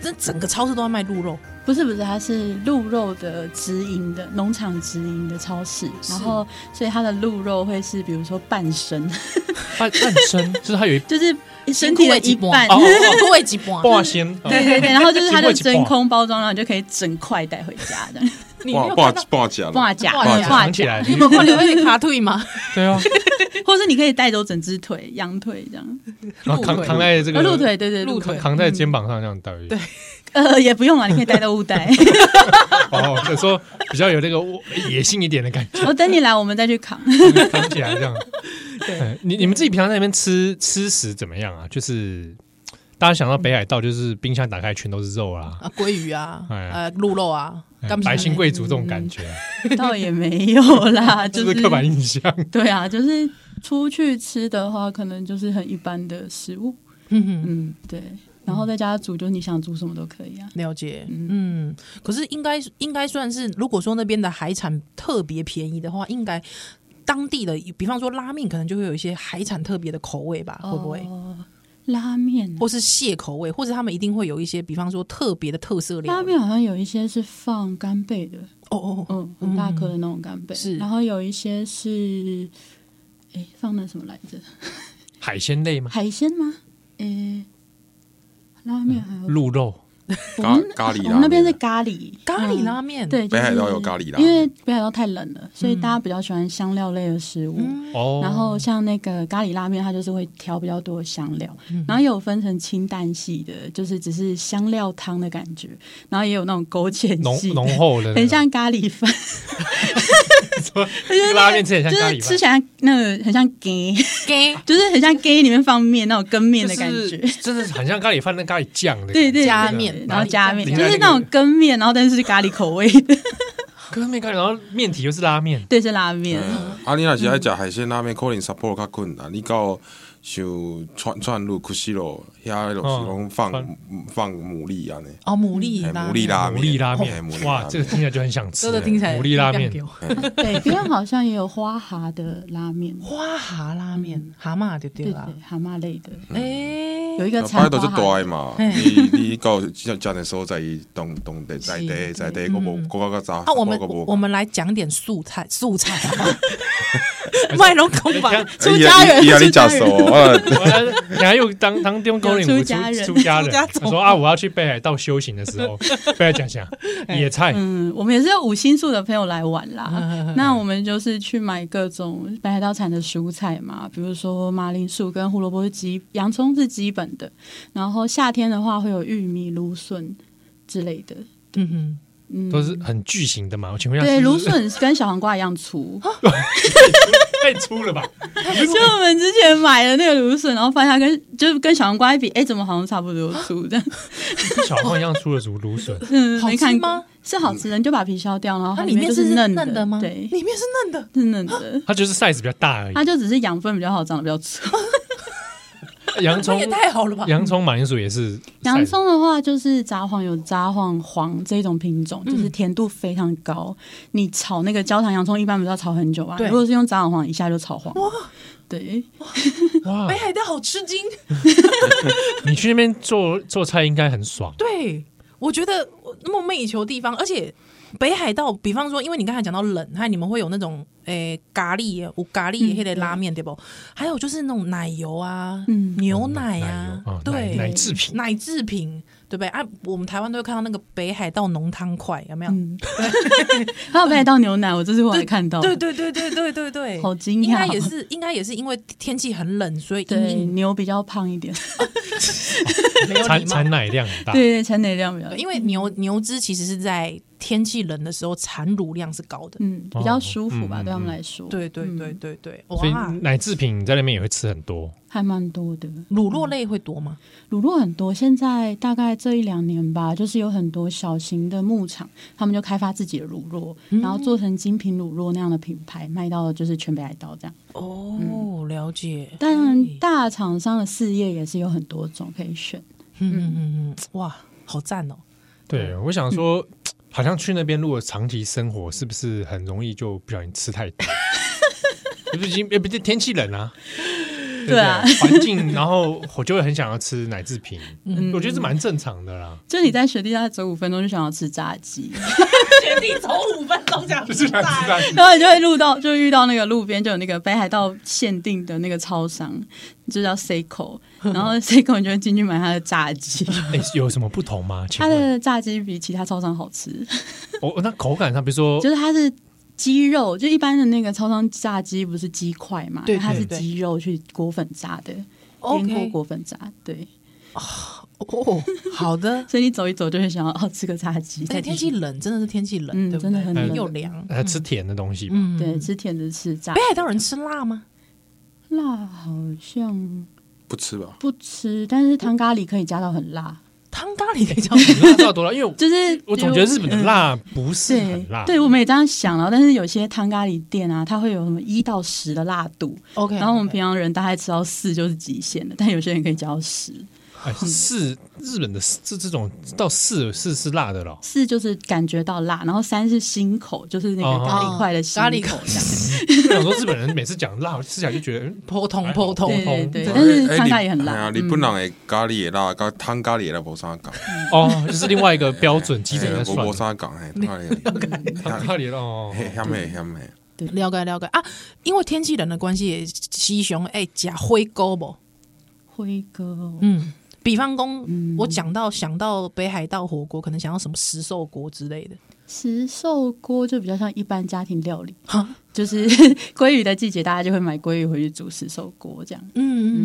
S2: 这整个超市都在卖鹿肉，
S4: 不是不是，它是鹿肉的直营的农场直营的超市，
S2: 是
S4: 然后所以它的鹿肉会是比如说半身，
S1: 半半身就是它有一
S4: 就是身体的一半。
S1: 哦
S2: 不会几半，
S1: 半仙，哦
S4: 对 对对，然后就是它
S1: 一半
S4: 就
S1: 一半
S4: 真空包装，然后你就可以整块带回家 的，
S2: 你没
S3: 半
S2: 有看
S3: 半
S2: 到，
S3: 半价
S4: 挂
S3: 啦，
S4: 甲
S2: 挂甲
S4: 挂
S1: 绑起
S4: 甲，
S1: 来，
S2: 你有看到刘慧卡 腿吗？
S1: 对 啊，
S4: 或是你可以带走整只腿、羊腿这样，
S1: 然后扛
S2: 鹿腿
S1: 扛在这
S4: 呃
S1: 个
S4: 鹿，腿对对
S2: 鹿
S4: 鹿
S2: 腿嗯
S4: 腿，
S1: 扛在肩膀上这样带。对，
S4: 呃也不用啊，你可以带到物 袋。
S1: 哦，就说比较有那个野性一点的感觉，
S4: 我哦等你来，我们再去扛。
S1: 扛起来 这样。对，你你们自己平常在那边吃吃食怎么样啊？就是大家想到北海道，就是冰箱打开全都是肉啦，
S2: 啊，鲑鱼啊，
S1: 哎
S2: 呃，鹿肉啊，
S1: 哎
S2: 干
S1: 白姓贵族这种感觉啊，
S4: 倒也没有啦，
S1: 这
S4: 嗯就是
S1: 刻板印象。
S4: 对啊，就是出去吃的话，可能就是很一般的食物。
S2: 嗯，
S4: 嗯，对。然后在家煮，就是你想煮什么都可以啊。
S2: 了解，嗯，可是应该应该算是，如果说那边的海产特别便宜的话，应该当地的，比方说拉面，可能就会有一些海产特别的口味吧，会不会？
S4: 哦拉面啊？
S2: 或是蟹口味，或者他们一定会有一些，比方说特别的特色料理
S4: 拉面好像有一些是放干贝的，
S2: 哦哦哦，
S4: 嗯，很大颗的那种干贝。
S2: 是
S4: 然后有一些是，哎，放那什么来着？
S1: 海鲜类吗？
S4: 海鲜吗？诶，拉
S2: 嗯
S4: 面还有
S1: 鹿肉
S4: 我们
S3: 咖咖
S2: 哦
S3: 喱拉面啊
S4: 我们那边是咖喱嗯
S2: 咖喱拉面，，
S4: 对，
S3: 北海道
S4: 就是
S3: 有咖喱啦
S4: 因为北海道太冷了，所以大家比较喜欢香料类的食物。
S2: 嗯
S1: 哦，
S4: 然后像那个咖喱拉面，它就是会调比较多的香料，
S1: 嗯
S4: 然后也有分成清淡系的，就是只是香料汤的感觉，然后也有那种勾芡
S1: 浓
S4: 系的，
S1: 浓厚的那种，
S4: 很像咖喱饭，
S1: 那个拉面，吃起来
S4: 就
S1: 像咖
S4: 是
S1: 喱
S4: 吃
S1: 饭。
S4: 起来那个很像给，
S2: 给
S4: 就是很像给里面放面那种羹面
S1: 就
S4: 的感觉，
S1: 是真的很像咖喱饭那咖喱酱的感觉，
S4: 对对
S2: 加
S1: 对
S2: 面
S4: 然后加面，就是
S1: 那
S4: 那
S1: 个
S4: 种羹面，然后但是是咖喱口味 的，
S1: 跟面咖喱，然后面体又是拉面，
S4: 对，是拉 面。
S3: 嗯啊，你若是爱食海鲜拉面，可能 support 较困难，你到像串串路、库西路遐就是拢放
S1: 哦
S3: 放牡蛎安尼，
S2: 哦，牡蛎
S3: 嘿
S2: 拉
S3: 牡
S2: 面
S3: 蛎拉
S4: 啊
S1: 哎牡蛎拉
S3: 面，嘿牡
S1: 面，
S3: 蛎
S1: 哇，
S3: 拉
S1: 这个听起来就很想吃
S2: 这个听起来
S1: 牡蛎拉
S2: 很
S1: 面
S2: 像，
S4: 北边好像也有花蛤的拉面，
S2: 花蛤拉面，蛤蟆对不
S4: 对
S2: 对
S4: 对
S2: 啦？，
S4: 蛤蟆类的，
S2: 哎，
S4: 有一个
S3: 啊
S4: 产
S3: 摆到
S4: 花
S3: 这
S4: 蛤
S3: 大
S4: 的
S3: 的 嘛，
S2: 嘿
S3: 你你到真正的所在，伊当当地在
S4: 是
S3: 地在地，个无
S2: 嗯
S3: 个个早，
S2: 啊，我们
S3: 个
S2: 我我们来讲点素菜，素菜，
S1: 没错
S2: 卖拢空吧
S1: 哎，
S4: 出家人
S3: 伊阿你
S4: 出家
S3: 假
S4: 人
S3: 手哦，
S1: 我还有当当地方高领
S4: 有
S1: 我
S4: 出
S1: 出
S4: 家人
S1: 出家
S2: 出家哎
S1: 人，
S2: 种
S1: 他说啊，我要去北海道修行的时候， 北海讲讲野菜，
S4: 嗯，我们也是有五星宿的朋友来玩
S2: 嗯嗯
S4: 啦
S2: 嗯。
S4: 那我们就是去买各种北海道产的蔬菜嘛，比如说马铃薯跟胡萝卜是基，洋葱是基本的。然后夏天的话会有玉米、芦笋之类的。
S2: 嗯哼，
S4: 嗯，
S1: 都是很巨型的嘛。我请问一下，
S4: 对
S1: 是哦
S4: 芦
S1: 不是
S4: 笋跟小黄瓜一样 粗。
S1: 太粗 了吧？
S4: 就我们之前买的那个芦笋，然后发现它跟就是跟小黄瓜一比，哎，怎么好像差不多 粗？这样，
S1: 跟小胖一样粗的竹芦笋，
S4: 嗯，
S2: 好
S4: 没
S2: 吃
S4: 看过
S2: 吗？？
S4: 是好吃的，你就把皮削掉，然后
S2: 它
S4: 它
S2: 里面
S4: 就是嫩
S2: 嫩的吗？
S4: 对，
S2: 里面是嫩的，
S4: 是嫩 的。
S1: 它就是 size 比较大而
S4: 它
S1: 已。
S4: 就只是养分比较好，长得比较粗。
S1: 洋
S2: 这
S1: 葱
S2: 也、太好了吧？
S1: 洋葱、马铃薯也是 size
S4: 洋葱的话，就是杂黄有杂黄黄这种品种，
S2: 嗯
S4: 就是甜度非常高。你炒那个焦糖洋葱，一般不是要炒很久啊？
S2: 对
S4: 如果是用杂黄黄，一下就炒黄。对，
S1: 哇
S2: 北！海道好吃惊，
S1: 你去那边做做菜应该很爽。
S2: 对，我觉得我梦寐以求的地方，而且北海道，比方说，因为你刚才讲到冷，还有你们会有那种诶、咖喱耶，有咖喱黑的那个拉面、对不？还有就是那种奶油啊，
S4: 嗯
S2: 牛奶啊，
S1: 哦奶
S2: 对，
S1: 奶制品，
S2: 奶制品，对不对？啊，我们台湾都会看到那个北海道浓汤块，有没有？
S4: 嗯， 还有北海道牛奶，我这次我还看到，
S2: 对对对对对对 对，
S4: 好惊讶
S2: 应该也是，应该也是因为天气很冷，所以
S4: 对
S2: 因应
S4: 牛比较胖一点，
S2: 没有
S1: 产
S2: 礼貌
S1: 产。奶量很大。
S4: 对对，产奶量比较
S2: 对，嗯因为牛牛脂其实是在天气冷的时候产乳量是高的。
S4: 嗯
S1: 哦
S4: 比较舒服吧，
S1: 嗯
S4: 对他们
S1: 嗯
S4: 来说，
S2: 对对
S4: 嗯
S2: 对，对对，
S1: 所以
S2: 哇，
S1: 奶制品在那边也会吃很多，
S4: 还蛮多的。
S2: 乳酪类会多吗？
S4: 乳酪很多，现在大概这一两年吧，就是有很多小型的牧场，他们就开发自己的乳酪，然后做成精品乳酪那样的品牌，卖到就是全北海道这样。
S2: 哦，了解。
S4: 当然，
S2: 嗯
S4: 大厂商的事业也是有很多种可以选。
S2: 嗯嗯嗯，哇，好赞哦！
S1: 对我想说，
S4: 嗯
S1: 好像去那边如果长期生活，是不是很容易就不小心吃太 多？毕竟也不是天气冷啊，对不
S4: 对啊
S1: 环境，然后我就会很想要吃奶制品，
S4: 嗯
S1: 我觉得这蛮正常的啦。
S4: 就你在雪地下走五分钟就想要吃炸 鸡，
S2: 原地走五分钟这 样
S1: 就是想吃蛋
S4: 然后你就会路到，就遇到那个路边就有那个北海道限定的那个超商，就叫 Seiko，然 后 Seiko 你就会进去买它的炸鸡，
S1: 哎，有什么不同吗？请
S4: 嗯它
S1: 问，
S4: 的炸鸡比其他超商好吃。
S1: 哦，那口感上，比如说
S4: 就是它是鸡肉，就一般的那个超商炸鸡不是鸡块嘛，
S2: 对
S4: 它是
S2: 对
S4: 鸡肉去裹粉炸的，腌过
S2: OK，
S4: 裹粉炸，对，
S2: 哦，好 的。
S4: 所以你走一走就会想要哦吃个炸鸡，
S1: 哎
S2: 而且哎天气冷，真的是天气冷，
S4: 嗯
S2: 对不对
S4: 真的很冷
S2: 又凉。
S1: 呃吃甜的东西吧，
S2: 嗯，
S4: 对吃甜的吃炸
S2: 北，海道人吃辣吗？
S4: 辣好像
S3: 不吃吧？
S4: 不吃，但是汤咖喱可以加到很辣，
S2: 汤咖喱可以叫
S1: 辣到多辣，因为我
S4: 就是嗯
S1: 我总觉得日本的。辣不是
S4: 对
S1: 很辣，，
S4: 对，我们也这样想啊然后但是有些汤咖喱店啊，它会有什么一到十的辣度，
S2: OK，
S4: 然后我们平常人大概吃到四就是极限了，但有些人可以加到十，
S1: 哎是日本的这这种到四是是辣的了，
S4: 四就是感觉到辣，然后三是心口，就是那
S3: 哦
S4: 个咖喱块的心
S2: 哦咖喱
S4: 口
S2: 口
S4: 这样。
S1: 我想说日本人每次讲辣，我吃起来就觉得嗯
S2: 扑通扑通
S1: 对，
S4: 对对对，
S1: 嗯
S4: 但是
S3: 哎
S4: 汤咖喱很
S3: 哎呀
S4: 辣，嗯
S3: 日本人的咖喱也辣，咖汤咖喱也辣，无啥 讲，
S1: 哦，就是另外一个标准基准在
S3: 哎
S1: 算
S3: 无无。啥讲，嘿，汤 咖喱，
S1: 他
S3: 香
S1: 他里哦，
S3: 嘿香诶香诶，
S2: 了解了解啊！因为天气冷的关系，西熊哎假灰沟不？
S4: 辉哥，
S2: 嗯，比方公，我讲到想到北海道火锅，可能想到什么石兽锅之类的。
S4: 石寿锅就比较像一般家庭料理
S2: 哈，
S4: 就是 鲑鱼的季节，大家就会买鲑鱼回去煮石寿锅这样。
S2: 嗯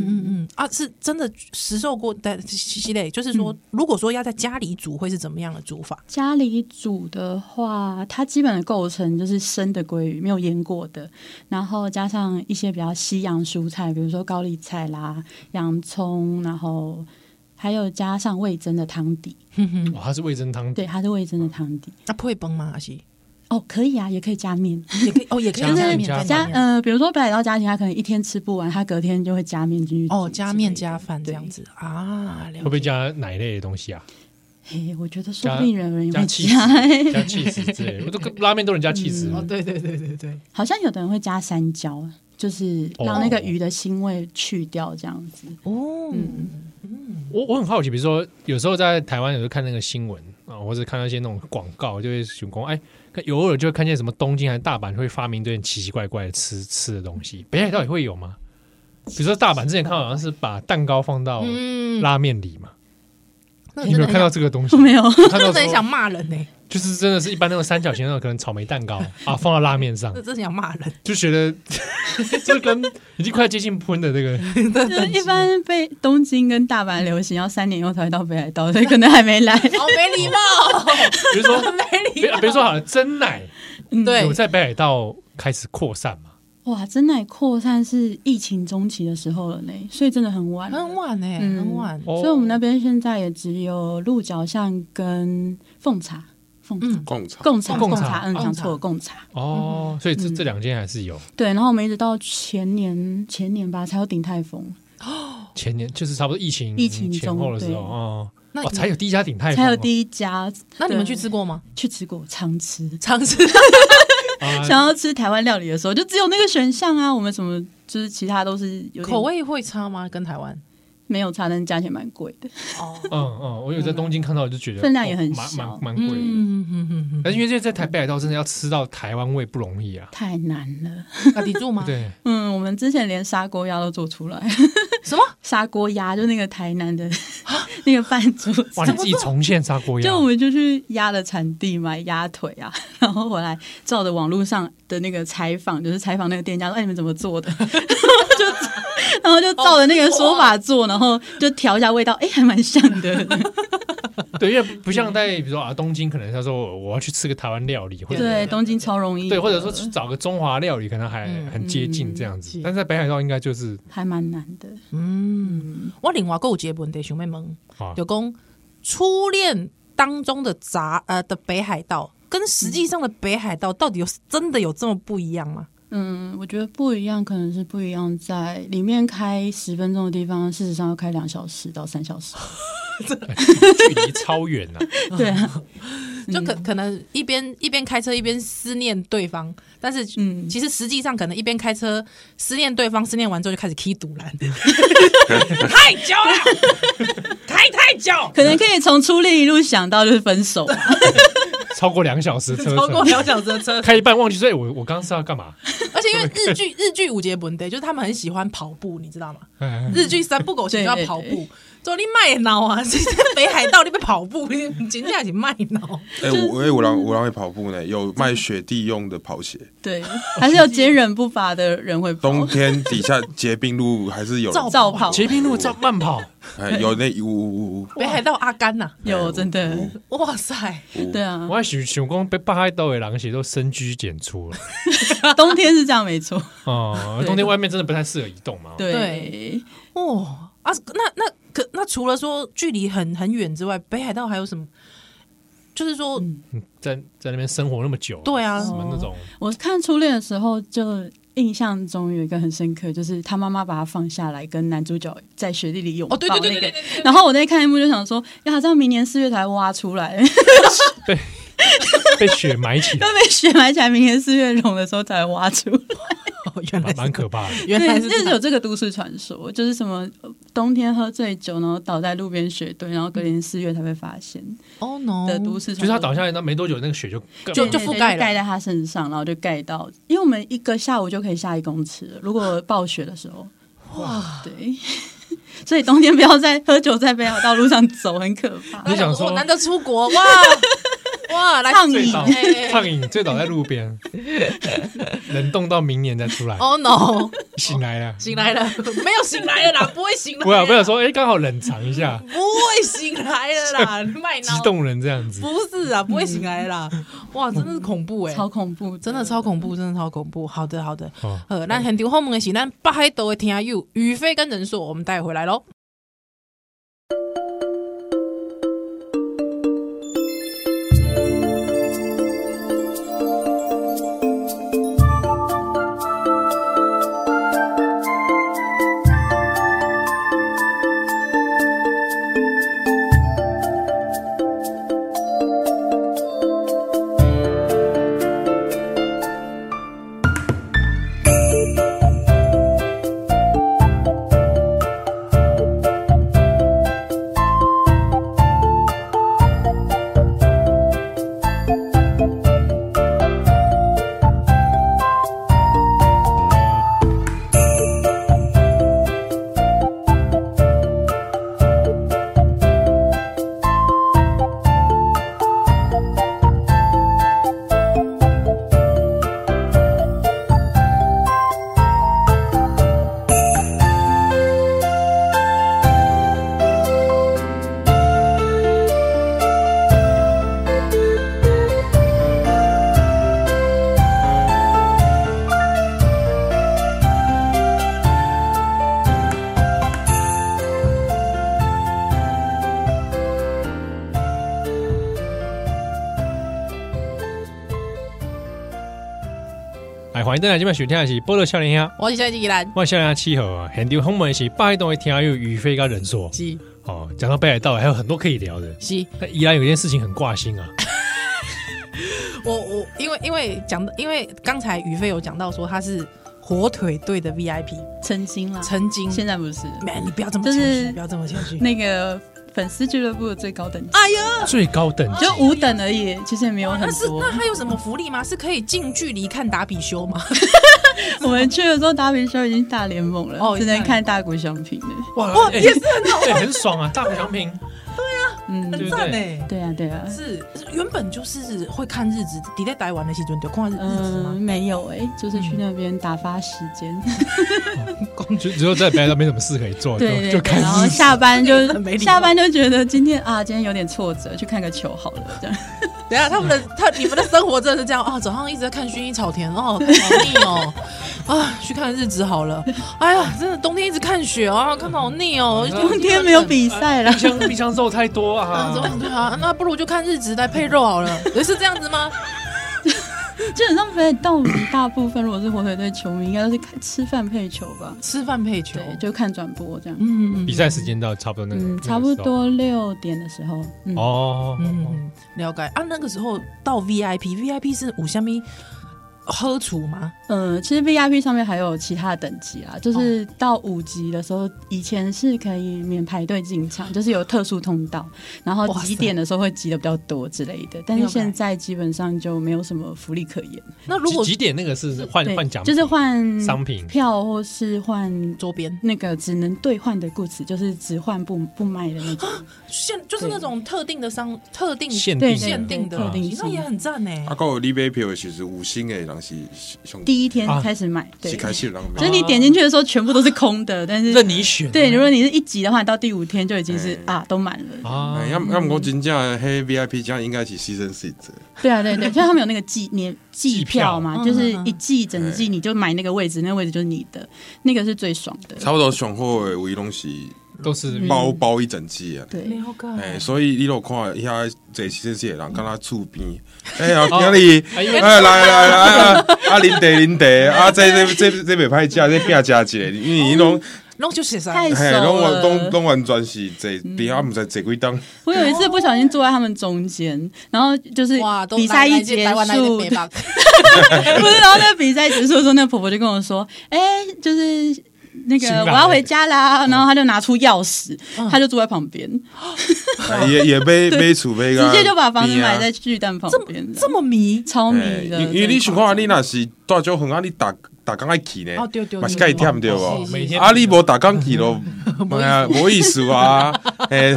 S2: 嗯嗯嗯啊，是真的石兽锅的系列，就是说，如果说要在家里煮，会是怎么样的煮法？
S4: 家里煮的话，它基本的构成就是生的鲑鱼，没有腌过的，然后加上一些比较西洋蔬菜，比如说高丽菜啦、洋葱，然后还有加上味增的汤底。
S1: 哇，它是味噌汤底，
S4: 对，它是味噌的
S1: 嗯
S4: 汤底。
S2: 那配崩吗？还是
S4: 哦，可以啊，也可以加面，
S2: 也可以哦，也可
S1: 加
S2: 以加
S1: 面
S2: 面
S1: 加
S4: 加
S2: 加嗯面
S4: 呃，比如说北海道家庭，他可能一天吃不完，他隔天就会加面进去煮
S2: 哦，加面
S4: 之类的
S2: 加饭这样。子啊，
S1: 会
S2: 了解
S1: 不会加奶类的东西啊？
S4: 嘿，我觉得说
S1: 加
S4: 不定人有人
S1: 加
S4: 会
S1: 气
S4: 加， 嗯
S1: 加 cheese 之类的，我都拉面都能加 cheese，
S2: 哦，对对对对对，
S4: 好像有的人会加山椒，啊就是
S1: 哦
S4: 让那个鱼的腥味去掉，这样子。
S2: 哦，
S4: 嗯，
S1: 我我很好奇，比如说有时候在台湾有时候看那个新闻啊，或者看到一些那种广告，就会想说，哎，看有偶尔就会看见什么东京还是大阪会发明一堆奇奇怪怪的吃吃的东西，北海道也会有吗？比如说大阪之前看到好像是把蛋糕放到
S2: 嗯，
S1: 拉面里嘛，
S2: 那
S1: 你
S2: 真
S1: 有没有
S2: 的很
S1: 看
S2: 想
S1: 到，这个东西？
S4: 嗯没有，
S1: 看到
S2: 真的很
S1: 说
S2: 想骂人呢，
S1: 就是真的是一般那种三角形那种可能草莓蛋糕 啊，放到拉面上
S4: 呃
S2: 这，真的想骂人。
S1: 就觉得这跟已经快接近喷的这个
S4: 就是一般被东京跟大阪流行要三年以后才会到北海道，所以可能还没 来。
S2: 好没礼貌，
S1: 比如 说，
S2: 没
S1: 比
S2: 礼貌。
S1: 比如说好了，真奶
S4: 嗯
S2: 对
S1: 有在北海道开始扩散嘛？
S4: 哇，真奶扩散是疫情中期的时候了呢，所以真的很晚了，
S2: 很晚哎，
S4: 嗯
S2: 很晚。
S1: 哦
S4: 所以我们那边现在也只有鹿角巷跟凤茶，凤茶。
S2: 嗯，
S3: 共产
S4: 贡茶，
S1: 贡
S4: 贡
S1: 茶
S4: 茶，嗯，
S2: 贡茶
S4: 讲错了，贡茶。
S1: 哦，所以这
S4: 嗯
S1: 这两间还是有，
S4: 对，然后我们一直到前年前年吧，才有鼎泰丰，
S1: 前年就是差不多疫情
S4: 疫情
S1: 前后的时
S4: 中
S1: 候
S4: 对
S1: 哦，
S2: 那
S1: 哦才有第一家鼎泰丰哦，
S4: 才有第一家。
S2: 那你们去
S4: 对
S2: 吃过吗？
S4: 去吃过，常吃。
S2: 尝 试
S1: 啊
S4: 想要吃台湾料理的时候，就只有那个选项啊。我们什么就是其他都是有点
S2: 口味会差吗？跟台湾？
S4: 没有差，但是价钱蛮贵的。
S2: 哦，
S1: 嗯嗯，我有在东京看到，就觉得
S4: 分量也很
S1: 哦蛮
S4: 小
S1: 蛮蛮贵的。
S2: 嗯嗯嗯嗯
S1: 但是因为现在在台北海道真的要吃到台湾味不容易啊，
S4: 太难了，
S2: 嗯，打底住 吗？
S1: 对，
S4: 嗯，我们之前连砂锅鸭都做出来，
S2: 什么？
S4: 砂锅鸭就那个台南的 那个饭桌菜，
S1: 啊哇，你自己重现砂锅鸭
S4: 就我，们就去鸭的产地买鸭腿啊， 然后回来照着网络上的那个采访，就是采访那个店家说：“哎，你们怎么做的？” 就然后就照着那个说法做，然后就调一下味道，哎，还蛮像的。
S1: 对，因为不不像在比如说啊东京，可能他说我我要去吃个台湾料理，或者
S4: 对，东京超容易的，
S1: 对，或者说去找个中华料理，可能还
S2: 嗯
S1: 很接近这样子
S2: 是。
S1: 但是在北海道应该就是
S4: 还蛮难的。
S2: 嗯，我另外还有一个问题想要问，
S1: 啊，
S2: 就讲初恋当中的杂呃的北海道，跟实际上的北海道到底有真的有这么不一样吗？
S4: 嗯，我觉得不一样，可能是不一样在里面开十分钟的地方，事实上要开两小时到三小时。
S1: 距离超远 啊。
S4: 对啊，
S2: 就可可能一边一边开车一边思念对方，但是
S4: 嗯
S2: 其实实际上可能一边开车思念对方，思念完之后就开始踢堵拦，太久了，开太久，
S4: 可能可以从初恋一路想到就是分手啊，
S1: 超过两小时车程，
S2: 超过两小时的车。
S1: 开一半忘记，所以我我刚刚是要干嘛？
S2: 而且因为日剧日剧五节本对，就是他们很喜欢跑步，你知道 吗？
S1: 哎
S2: 日剧三不狗熊就要跑
S4: 对对
S2: 步，说你卖脑啊！谁在北海道你被跑步， 你真正是卖脑。
S3: 哎，我哎，我让我让会跑步呢，有卖雪地用的跑鞋，
S4: 对，还是有坚韧不拔的人会跑
S3: 冬天底下结冰路还是有人
S2: 照
S4: 照跑，
S1: 结冰路照慢跑，
S3: 哎，有那呜呜呜哎
S2: 北海道阿甘呐、
S4: 有真的，
S2: 哇塞，
S3: 呜，
S4: 对 啊，
S1: 我还想想讲被北海道的人其实都深居简出了
S4: 冬天是这样没 错，
S1: 哦，
S4: 对
S1: 冬天外面真的不太适合移动嘛。
S4: 对，
S2: 哦啊，那那可那除了说距离很很远之外，北海道还有什么？就是说，
S4: 嗯
S1: 在在那边生活那么久，
S2: 对啊
S1: 什么那种
S4: 我看初恋的时候就。印象中有一个很深刻，就是他妈妈把他放下来，跟男主角在雪地里拥抱
S2: 哦，对对对
S4: 那
S2: 对
S4: 个
S2: 对对
S4: 然后我在看一幕就想说，呀，这样明年四月才挖出来，
S1: 被雪埋起来
S4: 要，被雪埋起来，明年四月融的时候才挖出来。
S2: 哦原来
S1: 蛮
S2: 是
S1: 蛮可怕 的。
S2: 原来是
S4: 对
S2: 这
S4: 就是
S2: 样
S4: 有这个都市传说，就是什么呃冬天喝醉酒，然后倒在路边雪堆，然后隔年四月才被发现
S2: 哦 no，
S4: 的都市传说。
S1: 就是他倒下来，那没多久那个雪就更
S2: 就
S4: 对
S2: 就
S4: 对
S2: 覆
S4: 对
S2: 盖了
S4: 盖在他身上，然后就盖到，因为我们一个下午就可以下一公尺了，如果暴雪的时候，哇，对。 所以冬天不要再喝酒，在北海道路上走，很可怕。
S1: 你想说
S2: 我难得出 国哇哇来
S4: 畅饮
S1: 醉倒
S2: 哎哎哎
S1: 畅饮，醉倒在路边，冷冻到明年再出来，
S2: 哦 no，
S1: 醒来了。
S2: 醒来 了，没有醒来了啦，不会醒来
S1: 不要
S2: 了，
S1: 不要说，哎，刚好冷藏一下，
S2: 不会醒来了 啦，卖
S1: 啊激
S2: 脑。
S1: 动嗯人这样子。
S2: 不是啊，不会醒来啦！哇，真的是恐怖哎、
S4: 超恐怖，
S2: 真的超恐
S1: 嗯
S2: 怖，真的超恐怖。好的，好的。
S1: 哦，
S2: 呃，那很丢后门的是，咱北海道的听友宇飞跟人硕，我们带回来喽。
S1: 哎欢迎回来这边收听的是《波乐少年兄》，
S2: 我是夏季依兰，
S1: 我是少年兄七号啊，很多我们是八一栋会听到有宇飞跟人说
S2: 是
S1: 哦，讲到北海道还有很多可以聊的。
S2: 是，
S1: 那依然有一件事情很挂心啊，
S2: 我我因为因为讲的，因为刚才宇飞有讲到说他是火腿队的 VIP，
S4: 曾经啦，
S2: 曾经，
S4: 现在不是
S2: 没你不要这么谦
S4: 就
S2: 虚，
S4: 是
S2: 不要这么谦虚，
S4: 那个粉丝俱乐部的最高等级，
S2: 哎呀，
S1: 最高等级
S4: 就五等而已，其实也没有很
S2: 那是
S4: 多
S2: 那。他有什么福利吗？是可以近距离看达比修吗？
S4: 我们去的时候，打比修已经大联盟了，
S2: 哦
S4: 只能看大谷翔平了。
S1: 哇
S2: 哇
S1: 哎
S2: 也是
S1: 对，很爽啊，大奖品，
S4: 嗯，
S1: 对
S2: 很
S1: 不
S2: 赞
S1: 对
S2: 呢。
S4: 对啊，对啊，
S2: 是原本就是会看日子，你在台湾的时阵就看日子
S4: 嗯，
S2: 吗？嗯
S4: 没有哎，就是去那边打发时间，
S1: 就只有在北海道没什么事可以做，就
S4: 对
S1: 就
S4: 对对，
S1: 看
S4: 然后
S1: 日子。
S4: 下班就
S2: 很没礼貌
S4: 下班就觉得今天啊，今天有点挫折，去看个球好了， 这样。
S2: 等一下他们的他你们的生活真的是这样啊？早上一直在看薰衣草田 哦，好腻哦啊！去看日子好了。哎呀，真的冬天一直看雪啊，看到好腻哦。
S4: 冬天没有比赛了
S1: 冰，箱冰箱肉太多
S2: 啊，
S1: 啊，
S2: 对啊，那不如就看日子来配肉好了， 是这样子吗？
S4: 基本上北海道大部分如果是火腿队球迷，应该都是看吃饭配球吧。
S2: 吃饭配球，
S4: 对，就看转播这样。
S2: 嗯，
S1: 比赛时间到差不多那个，那
S4: 嗯，
S1: 个
S4: 差不
S1: 时候
S4: 多六点的时候，嗯，
S1: 哦。
S2: 嗯，嗯，了解啊。那个时候到 VIP，VIP 是五香米喝处吗？
S4: 呃，其实 VIP 上面还有其他等级啦，就是
S2: 哦
S4: 到五级的时候，以前是可以免排队进场，就是有特殊通道，然后
S2: 哇塞
S4: 几点的时候会集的比较多之类的，但是现在基本上就没有什么福利可言，
S2: 那如
S1: 几
S2: 果
S1: 几点那个是换
S4: 嗯对
S1: 换奖品，
S4: 就是换
S1: 商品
S4: 票或是换
S2: 周边
S4: 那个只能兑换的故事，就是只换不不卖的那种。
S2: 限就是那种特定的商特定
S1: 限
S4: 对
S1: 定
S4: 对
S2: 限定的，
S4: 对特定
S2: 其实那也很赞呢。
S3: 啊，有你买票的时实五星的人是上
S4: 第一天
S1: 啊
S4: 开始买，对
S3: 是，开始有人
S4: 就
S3: 买
S4: 是你点进去的时候全部都是空的，但是
S1: 任你选
S4: 对，如果你是一级的话，你到第五天就已经是
S3: 哎
S4: 啊都满了。
S1: 啊
S3: 哎，，要么要么讲真正黑 VIP 这样应该是 season six 的。
S4: 对啊，对对，所以他们有那个季年季票嘛，
S2: 季票
S4: 就是
S2: 嗯嗯嗯
S4: 一季整季你就买那个位置，那个位置就是你的，那个是最爽的。
S3: 差不多上好的位拢是
S1: 都是
S4: 嗯
S3: 包包一整季啊。
S4: 对，
S2: 了解，
S3: 哎、所以你都看遐坐时阵，人敢若 厝边，哎呀，今
S4: 哦
S3: 日
S1: 哎呦
S3: 哎来来来啊啊，啉茶啉茶，啊这这这这袂歹食，这饼食一个，因为伊拢
S2: 弄就写啥？
S4: 哦太熟
S3: 嘿，拢完拢
S4: 了。嗯
S3: 拢完全是坐边啊，毋知坐几档，
S4: 我有一次不小心坐在他们中间，然后就是
S2: 哇，都
S4: 比赛
S2: 来
S4: 一
S2: 来自
S4: 结
S2: 台湾来的
S4: 束，
S2: 北吧，
S4: 不是，然后那个比赛结束的时候，那个婆婆就跟我说：“哎、就是那
S1: 新
S4: 个
S1: 郎
S4: 我要回家啦。”
S2: 嗯
S4: 然后她就拿出钥匙，她就坐在旁边，
S3: 哎也也买买厝买个，
S4: 直接就把房子买在巨蛋旁
S2: 这
S4: 边
S2: 么，这么迷，
S4: 超
S3: 啊哎
S4: 迷的。
S3: 因因为
S4: 真
S3: 你
S4: 的
S3: 想看，你若是带少远啊，你逐逐工爱去呢
S2: 哦对对对，
S3: 嘛是该忝对无
S2: 是是？
S1: 每天
S3: 啊，你无打工去咯，哎呀，无意思啊！哎，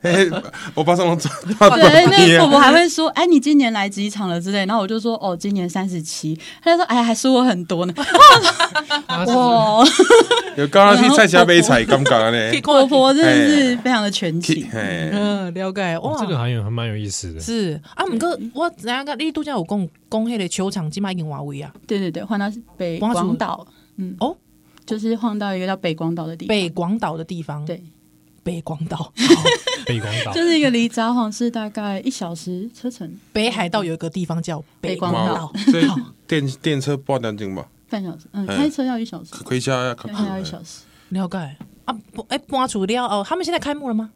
S3: 嘿我把上拢做到
S4: 对，那个
S3: 啊
S4: 婆婆还会 说：“哎，你今年来几场了之类。”然后我就说：“哦，今年三十七。”她就说：“哎，还输我很 多呢。
S1: 啊”
S4: 哇，
S3: 有刚刚去菜市买菜，感 觉呢
S2: 可以。
S4: 婆
S2: 过
S4: 婆真的
S3: 哎
S4: 是非常的全
S3: 去
S4: 情。
S3: 嘿，
S2: 嗯，了解
S1: 哦
S2: 哇，
S1: 这个还有还蛮有意思的。
S2: 是啊，毋过我知影个，你拄则有讲讲迄个球场即摆已经换位啊，
S4: 对对对，换到北
S2: 光
S4: 广
S2: 族
S4: 岛，嗯，
S2: 哦，
S4: 就是换到一个叫北广岛的地方。
S2: 北广岛的地方，
S4: 对，
S2: 北广岛，
S1: 北广岛
S4: 就是一个离札幌市大概一小时车程，
S2: 北海道有一个地方叫北广
S3: 嘛
S2: 岛，
S3: 所以电电车半点钟吧，
S4: 半小时，嗯，
S3: 嗯
S4: 开车要一小时，
S3: 开车较
S4: 开车要
S3: 久
S4: 一。小时。
S2: 了解啊，不，哎，搬除了哦，他们现在开幕了吗？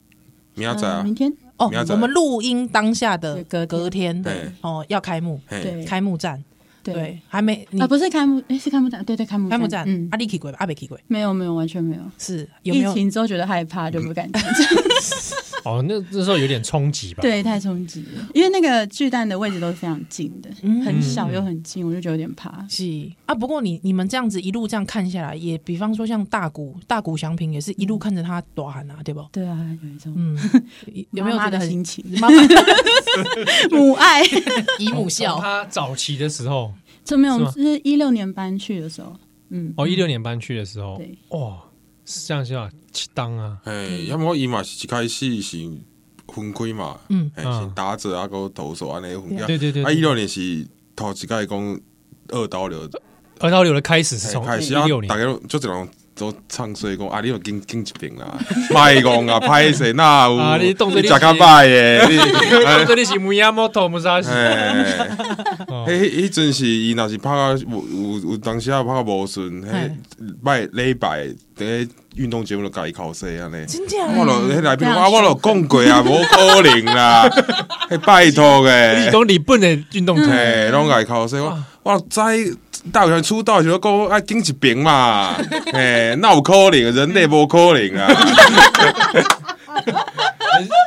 S3: 明仔载
S4: 呃
S3: 啊
S4: 明，天
S2: 哦
S3: 明仔，载
S2: 我们录音当下的
S4: 对隔天
S2: 隔天
S3: 对，
S2: 哦，要开幕，
S3: 嘿，
S4: 对
S2: 开幕战，
S4: 对
S2: 对，还没你
S4: 啊，不是开幕，哎，是开幕站，对对，开幕
S2: 开幕战，
S4: 嗯
S2: 阿，力去过吧，阿北去过，
S4: 没有没有，完全没有。
S2: 是有没
S4: 疫
S2: 有？
S4: 情之后觉得害怕，就不敢去。
S1: 嗯哦，那那时候有点冲击 吧？，
S4: 对，太冲击了，因为那个巨蛋的位置都是非常近的，
S2: 嗯
S4: 很小又很近，我就觉得有点怕。
S2: 是啊，不过你你们这样子一路这样看下来，也比方说像大谷大谷翔平也是一路看着他大喊啊，对不？
S4: 对啊，有一种
S2: 嗯，有没有
S4: 妈妈
S2: 觉
S4: 的
S2: 得很
S4: 心情，
S2: 妈妈
S4: 母 爱？
S2: 姨母
S1: 从
S2: 笑？
S1: 他早期的时候，
S4: 这 没有
S1: 是吗，
S4: 是一六年搬去的时候，嗯，
S1: 哦，一六年搬去的时候
S4: 对，
S1: 哇，是这样是吧？七当啊，
S3: 嘿，要么伊嘛是一开始是分开嘛，
S2: 嗯
S3: 嘿，
S1: 嗯
S3: 是打者啊，个投手安尼分开。
S1: 对对对
S3: 啊，
S1: 对
S3: 一六年是头一届讲二刀流，
S1: 二刀流的开始是从
S3: 开始
S1: 一
S3: 啊
S1: 六，
S3: 大
S1: 年
S3: 家就一人都唱衰讲啊，你有经经一遍 啦，卖讲啊，歹势那有，
S1: 啊你动作
S3: 你
S1: 你
S3: 食较歹耶， 你哎
S1: 这里是啊乌鸦摩托摩沙西，
S3: 哎，
S1: 哦
S3: 迄迄阵是伊若是拍到有有有当时啊拍到无顺，迄
S2: 嘿
S3: 拜礼拜伫运动节目就家己哭死安尼。
S2: 真假
S3: 我
S2: 的？
S3: 咯，迄内
S4: 非
S3: 边
S4: 常
S3: 啊，我咯讲过啊，无可能啦，迄拜托
S1: 你是
S3: 诶，
S1: 讲日本的运动台，
S3: 嘿，拢家己哭死，我我知大学出道的时候讲啊，经一遍嘛，嘿，那有可能，人类无可能啊，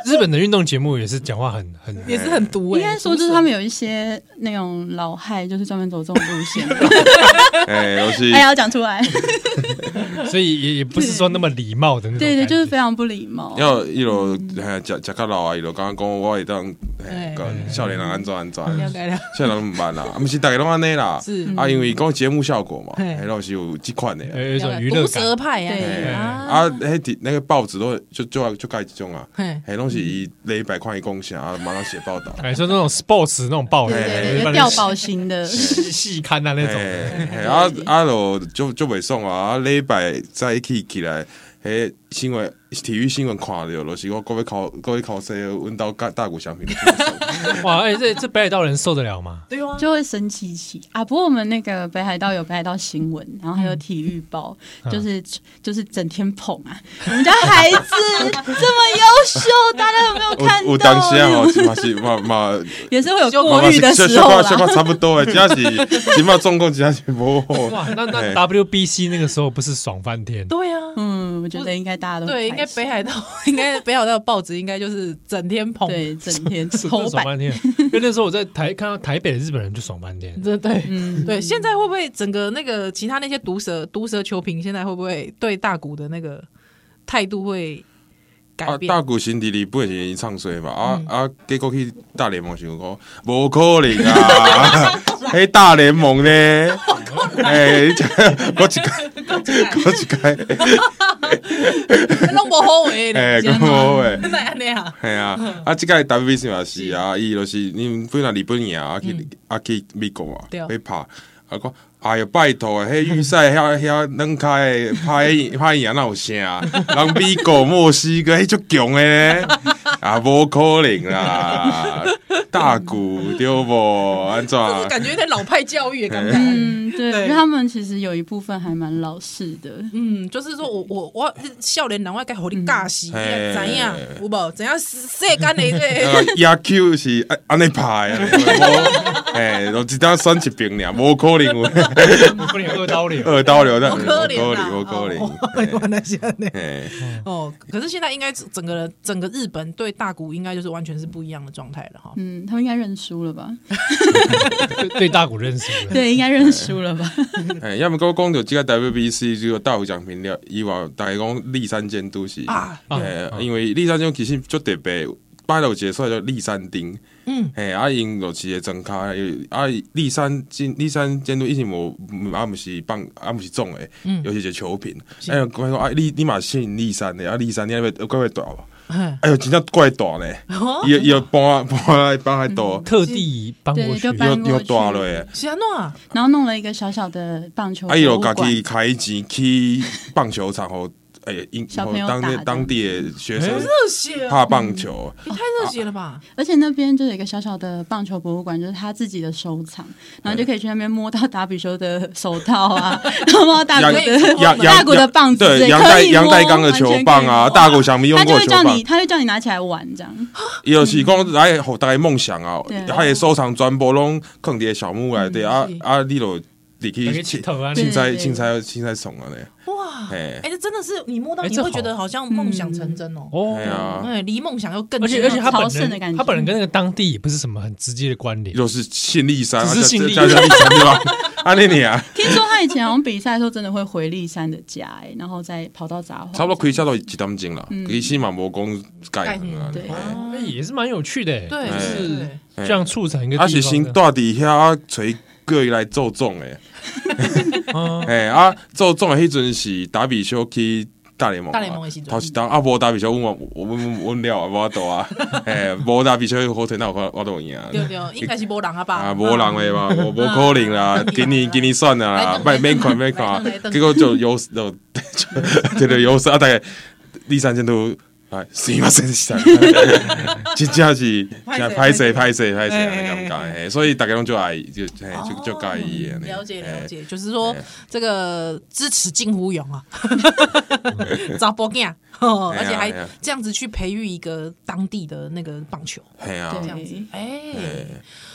S1: 日本的运动节目也是讲话很很
S2: 也是很毒哎、
S4: 应该说就是他们有一些那种老害，就是专门走这种路线 的。
S3: 嘿，就是
S4: 哎呀，要讲出来，
S1: 所以也也不是说那么礼貌的那种 感
S4: 对对，
S1: 觉。
S4: 就是非常不礼貌。
S3: 要伊咯，嘿，食食较老啊，伊咯，刚刚讲我会当，嘿
S2: 对，
S3: 讲少年人安怎安怎，
S2: 了解了，
S3: 少年人毋捌啦，啊，毋是逐个拢安尼啦，
S2: 哎是
S3: 啊，因为讲节目效果嘛，
S2: 嘿
S3: 迄老是有即款的啊。
S1: 有有一种娱乐
S2: 毒
S1: 感。。
S2: 舌派啊
S4: 对
S2: 你啊，
S3: 啊，迄底那个报纸都就就就盖一种啊，
S2: 嘿
S3: 嘿，拢是伊一百块一贡献啊，马上写报道
S1: 哎，说那种 sports 那种报纸，
S4: 对对对，
S1: 把
S4: 就
S1: 那
S4: 掉宝型 的，
S1: 细细看啊那种，
S3: 嘿，嘿啊啊，就就就袂爽啊！啊，礼拜早起起来，迄新闻体育新闻看着，就是我各位考各位考生阮兜大大股商品，
S1: 哇！哎，这这北海道人受得了吗？
S2: 对啊，
S4: 就会生气气啊。不过我们那个北海道有北海道新闻，然后还有体育报，就是就是整天捧啊，我们家孩子 这么优秀，大家有没有看
S3: 有
S4: 到？
S3: 有当时啊，
S4: 哦
S3: 吼，起码是嘛嘛，
S4: 也是会有
S3: 嘛
S4: 过
S3: 嘛
S4: 誉的
S3: 小
S4: 时
S3: 小
S4: 候
S3: 看小看
S4: 啦。
S3: 差不多诶，真正是起码总共真正是无好。
S1: 哇，那那
S3: 哎
S1: WBC 那个时候不是爽翻天？
S2: 对啊，
S4: 嗯，我觉得应该大家都
S2: 对，应该北
S4: 海
S2: 海道， 应该北海道的报纸应该就是整天捧，
S4: 对整 天
S1: 真
S4: 头
S1: 的
S4: 版，
S1: 爽翻天！因为那时候我在台看到台北的日本人就爽翻 天，
S2: 真的对。
S4: 嗯，
S2: 对，现在会不会整个那个其他那些毒蛇毒蛇球评，现在会不会对大谷的那个态度会改
S3: 啊，
S2: 变？嗯
S3: 大股新迪里本是唱衰嘛，啊、啊，结果去大联盟想讲，无可能 啊，迄大联盟呢，哎，你这 我一个，我一个，
S2: 弄不好诶，
S3: 哎，
S2: 你知道
S3: 讲
S2: 吗
S3: 好诶。
S2: 真的安尼啊，
S3: 系啊，啊，即个 WBC 嘛是啊，伊就是你本来日本赢啊，去啊去美国嘛，
S2: 嗯对
S3: 去拍啊讲，哎呀拜托啊，迄预赛遐遐两开拍拍赢哪有声，啊 人美国墨西哥迄足强诶，啊无可能啦，大鼓对无安怎？
S2: 就是感觉有点老派教育的
S3: 哎
S2: 感觉。
S4: 嗯，对，
S2: 对
S4: 因为他们其实有一部分还蛮老式的，
S2: 嗯，就是说我我我少年人，我该互你教死，
S3: 嗯嘿
S2: 怎样有无？怎样世间的这
S3: 啊野球是安安尼拍 的，无诶，就一当选一边尔，无可能有
S1: 不能二刀流。
S3: 二刀流的，
S2: 我可怜啦，
S3: 无可能，无
S2: 哦
S3: 可能
S2: 原来是安尼
S3: 嘿。
S2: 哦。可是现在应该整个整个日本对大谷应该就是完全是不一样的状态了哈。
S4: 嗯，他们应该认输了吧？
S3: 嗯
S1: 对对大谷认识了，
S4: 对，应该认输了吧？
S3: 哎，要么我讲到这个 WBC 这个大有奖评了，以外大家讲立山监督是，
S2: 啊
S3: 哎，因为立山监督其实就特别，拜有一个出来叫立山丁，
S2: 嗯，
S3: 哎，啊因就是会睁开，啊立山监立山监督以前无啊毋是棒啊毋是总诶，尤其是球评，哎呦，讲啊你你嘛信立山的，啊立山你那边怪怪大无？
S2: 嗯
S3: 哎呦，真正怪大呢，
S2: 哦，
S3: 伊伊搬搬来搬来大，
S1: 特地搬过
S4: 对，
S1: 去
S4: 就，
S3: 又
S4: 搬过
S3: 又
S4: 去
S3: 大落。
S2: 是安诺啊，
S4: 然后弄了一个小小的棒球
S3: 啊，伊
S4: 博
S3: 有
S4: 物
S3: 家
S4: 馆，
S3: 己开钱去棒球场吼，诶，因
S4: 小
S3: 吼
S4: 朋友
S3: 当
S4: 打
S3: 地
S4: 的
S3: 当地的学生
S2: 热血啊，
S3: 拍棒球，
S2: 你太热血了吧？
S4: 而且那边就有一个小小的棒球博物馆，就是他自己的收藏，然后就可以去那边摸到达比修的手套 啊，然后摸到达 比修的
S3: 杨
S4: 大谷的棒子，
S3: 对，杨
S4: 可
S3: 代
S4: 以摸
S3: 杨代刚的球棒啊，大。
S4: 完全可以摸
S3: 谷翔平
S4: 他就
S3: 用过的
S4: 会
S3: 球
S4: 叫
S3: 棒
S4: 你，，他会叫你拿起来玩这样。
S3: 伊就是讲来吼大家梦想啊
S4: 对，
S3: 他的收藏全部拢放伫小木内底啊
S2: 是
S3: 啊，你就入
S1: 大
S3: 去
S1: 家佚
S3: 凊
S1: 佗啊
S3: 凊彩
S4: 对对
S3: 凊彩凊彩爽啊咧，
S2: 哇，
S3: 嘿
S2: 哎，这真的是你摸到
S1: 哎
S2: 你
S1: 这
S2: 会觉
S1: 好
S2: 得好像梦想成真哦。
S1: 哦
S3: 哎。呀，
S2: 哎，离梦想又更
S1: 而且
S2: 近
S1: 而且他本
S4: 朝圣的感
S1: 人
S4: 觉
S1: 他本人跟那个当地也不是什么很直接的关联，
S3: 就是信立山，
S1: 只是信立
S3: 山立山对吧？安尼尔啊，
S4: 听说他以前好像比赛的时候真的会回立山的家、哎，然后再跑到杂货。
S3: 差不多开车都一点钟啦，
S4: 嗯
S3: 其实嘛无讲改行啊，
S4: 对
S3: 嘿
S1: 哎也是蛮有趣的。
S2: 对，
S1: 就
S3: 哎
S1: 是
S2: 对
S1: 这样促成一个地
S3: 啊
S1: 方
S3: 是先
S1: 的
S3: 住伫遐找过来做总诶，
S1: 啊
S3: 嘿啊做总诶迄阵是打比修去大联盟嘛，
S2: 大联盟的时阵
S3: 头一当啊无打比修，阮我阮阮了啊，无法度啊，嘿无打比修好天那有法我都赢啊。
S2: 对对，应该是无人啊吧？
S3: 啊，无人
S2: 啊哎
S3: 诶嘛，无 无可能啦，今年今年算啦
S2: 来
S3: 啦
S2: 等，
S3: 别免看
S2: 来
S3: 免看
S2: 等来，等
S3: 结果就有就 就这个优势啊，大概第三件都。哎，是嘛？真 是，真正是，拍谁拍谁拍谁，
S2: 哎
S3: 尴尬。嘿所以大家拢就爱就嘿就就介意的。
S2: 哦了解
S3: 嘿
S2: 了解，就是说这个支持近乎勇 啊，砸波干，哦
S3: 哎呀
S2: 而且还
S3: 哎呀
S2: 这样子去培育一个当地的那个棒球，
S3: 嘿啊，
S2: 这样子，哎，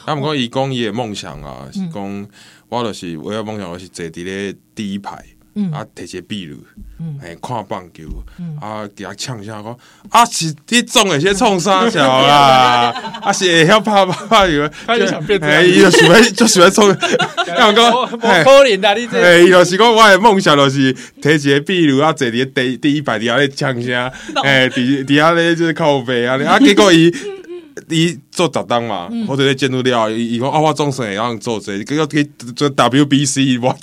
S3: 啊，毋过伊讲伊诶梦想啊，是讲我就是我诶梦想，我是坐伫咧第一排，啊，摕一个壁炉，哎，看棒球，啊，给他呛一下讲，啊，是你总会些创啥小啦，啊，是会晓拍拍球，
S1: 他就想变这样
S3: 哎伊就喜欢就喜欢创，然后
S1: 我
S3: 讲，
S1: 哦我
S3: 哎
S1: 可怜的，啊你这
S3: 哎，伊就是讲我诶梦想就是摕一个壁炉啊，坐伫第第一排底下咧呛声，哎，底底下咧就是靠背啊，啊，结果伊伊做十档嘛，或者咧监督了，伊伊讲啊，我总算会晓做这，结果去做 WBC 我。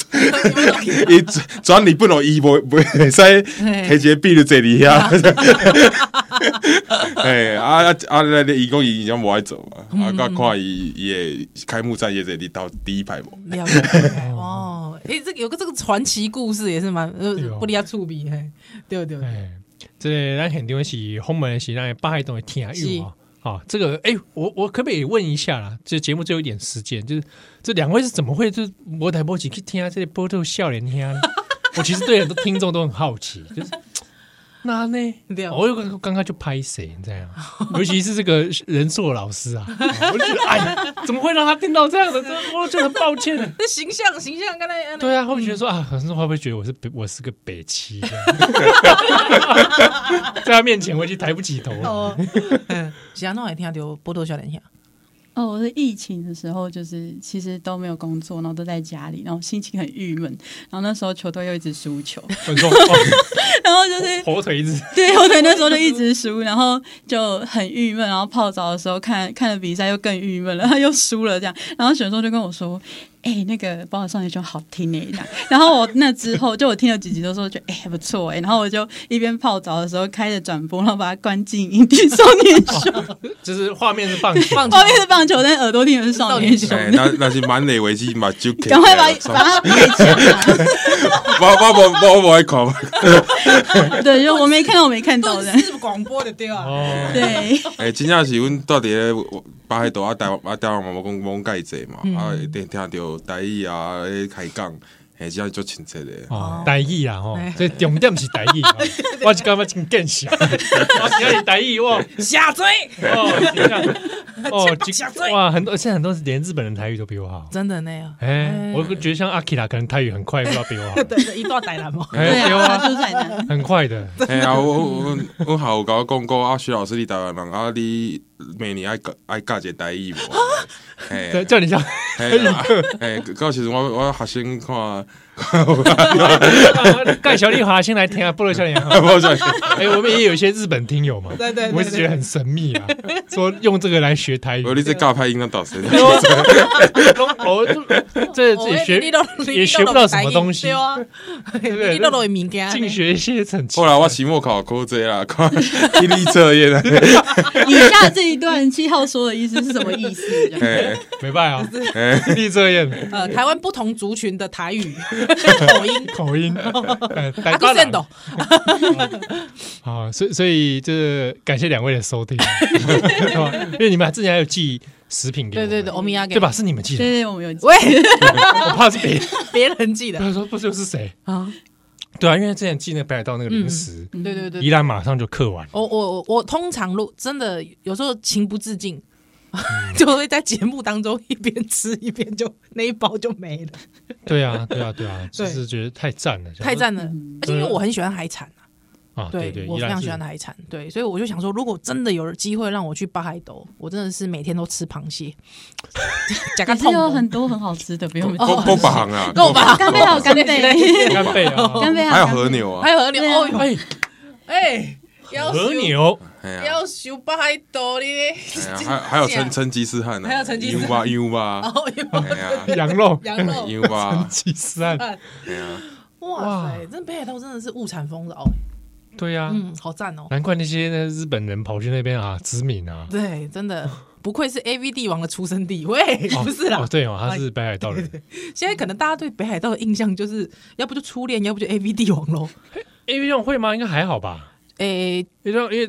S3: 伊转转日本哦，伊无无会使摕一个壁炉坐伫遐。哎，啊啊啊！那伊讲伊已经无爱做嘛，啊，甲看伊伊诶开幕战也坐伫到第一排无。
S2: 了解 哦，哎，这个有个这个传奇故事也是蛮呃
S1: 对哦
S2: 不离啊触笔，嘿，对对对，
S1: 哎，这个咱肯定是后门是让八海东会听有啊。好，这个哎、我我可不可以问一下啦？这节目只有一点时间，就是这两位是怎么会就是摩台波起去听这些波特笑脸听呢？我其实对很多听众都很好奇，就是那呢
S2: 对，
S1: 我又刚刚刚就拍谁这样，尤其是这个人硕老师啊，我就觉得哎呀，怎么会让他听到这样的？这我就很抱歉了。
S2: 那形象形象刚才
S1: 对啊，会不会觉得说啊，可是会不会觉得我是北我是个北七这样， 在他面前我已经抬不起头了。
S2: 哦， 嗯，其他那也听到波多小啊脸下，
S4: 哦，我是疫情的时候，就是其实都没有工作，然后都在家里，然后心情很郁闷，然后那时候球队又一直输球，
S1: 我说哦
S4: 然后就是
S1: 火腿子，
S4: 对，我对那时候就一直输，然后就很郁闷，然后泡澡的时候看看了比赛又更郁闷了，然 后又输了这样，然后选手就跟我说。哎、那个《宝岛少年》就好听呢、这样。然后我那之后，就我听了几集都说，就哎、还不错哎、然后我就一边泡澡的时候开着转播，然后把它关静音 听少年秀，
S1: 就是画面是棒球，
S2: 棒球
S4: 外面是棒球，但是耳朵听的是少年秀。
S3: 哎，那那是满脸危机嘛，就
S4: 赶快把把它背起来！
S3: 我我我我我爱看，
S4: 对，就我没看到，我没看到 的
S2: 顿。时广播的对啊，
S1: 哦，
S4: 对，
S3: 哎，真正是阮到底咧巴海岛啊，台湾啊台湾嘛，无讲无讲介济嘛，啊，听听着台语啊，咧开讲，哎，真正足亲切的。
S1: 哦，台语啊，哦，这重点是台语， 哦我是感觉真更想，我只要你台语哇，
S2: 下追，
S1: 哦，天啊 哦，
S2: 下
S1: 这
S2: 嘴
S1: 哇，很多现在很多连日本人台语都比我好，
S2: 真的那 样，
S1: 哎，我觉得像阿 k i 可能台语很快，不知道比我 好，
S2: 对对，一段哦呆男嘛，
S4: 对
S1: 哎，对
S4: 啊，
S1: 啊，
S4: 就是在那。
S1: 很快的，
S3: 哎呀，我我我好有甲我讲过啊，徐老师你台湾人啊，你每年爱教爱教一个台语无？
S1: 对，
S3: 哎
S1: 叫 你像
S3: 哎呀哎，到时阵我我学生看，
S1: 啊盖小丽华先来听啊，菠萝小脸哈。
S3: 我想
S1: 哎、我们也有一些日本听友嘛，
S2: 对对对
S1: 我一直觉得很神秘啊， 说用这个来学台语
S3: 我，你这教拍音那导 师，
S1: 我哦这
S2: 哦
S1: 这也学 也学不到什么东西
S2: 对，啊，你露露的敏感，啊
S1: 净学一些很奇
S3: 后来我期末考考这啦， 考听力测验啊。
S4: 以下这一段七号说的意思是什么意思？这样
S3: 哎
S1: 没办 法、啊，听力测验
S2: 呃，台湾不同族群的台语啊口音，
S1: 口 音，呃
S2: 阿
S1: 台
S2: 古
S1: 巴
S2: 圣
S1: 人
S2: 斗，
S1: 啊，所以所以这感谢两位的收 听，是吧因为你们之前还有寄食品给我
S2: 对
S1: 们
S2: 对对，欧米亚给
S1: 对吧？？ 是你们寄
S4: 对
S1: 的，
S4: 对，我们有
S2: 喂，
S1: 我怕是别人，
S2: 别人记的
S1: 他说不知道是谁？
S2: 啊，
S1: 对啊，因为之前寄那个北海道那个零食，
S2: 对
S4: 嗯
S2: 对嗯对
S1: 宜，兰马上就刻完，
S2: 我我我我通常录真的有时候情不自禁， 就会在节目当中一边吃一边就那一包就没了，
S1: 对啊，对啊，对啊，就
S2: 对
S1: 是觉得太赞了，
S2: 太赞了！
S1: 嗯
S2: 而且因为我很喜欢海产啊，
S1: 啊！对
S2: 对
S1: 对，
S2: 我
S1: 宜
S2: 非
S1: 兰
S2: 常
S1: 是
S2: 喜欢海产，对，所以我就想说，如果真的有机会让我去巴海斗，我真的是每天都吃螃蟹， 假个
S4: 也是
S2: 痛
S4: 有
S2: 哦。
S4: 很多很好吃的，不用。
S3: 够够行啊，
S2: 够吧
S4: 哦 干贝还有干 贝，
S1: 干贝啊，
S4: 干贝
S3: 还有
S4: 和
S3: 和牛啊
S2: 还，有和牛，
S4: 对啊。
S2: 哦，
S1: 哎，
S2: 哎，要
S1: 和
S2: 修，
S1: 牛，
S3: 哎呀，
S2: 要修巴海斗嘞，
S3: 哎呀还还有成成吉思汗啊，
S2: 还有成吉哦思汗
S3: 汗，优吧，
S2: 哦哟，
S3: 哎 呀，
S1: 羊 肉，
S2: 羊 肉，
S3: 优吧，
S1: 鸡丝啊案，
S3: 哎呀，
S2: 哇塞，真北海道真的是物产丰饶，
S1: 对呀，
S2: 嗯，好赞哦，
S1: 难怪那些那日本人跑去那边啊，殖民啊，
S2: 对，真的不愧是 A V 帝王的出生地，喂，
S1: 哦
S2: 不是啦哎
S1: 哦，，对哦，他是北海道人，
S2: 现在可能大家对北海道的印象就是要不就初恋，要不就 A V 帝王喽，
S1: A V 这种会吗？应该还好吧
S2: 诶，
S1: ？A V 这种因为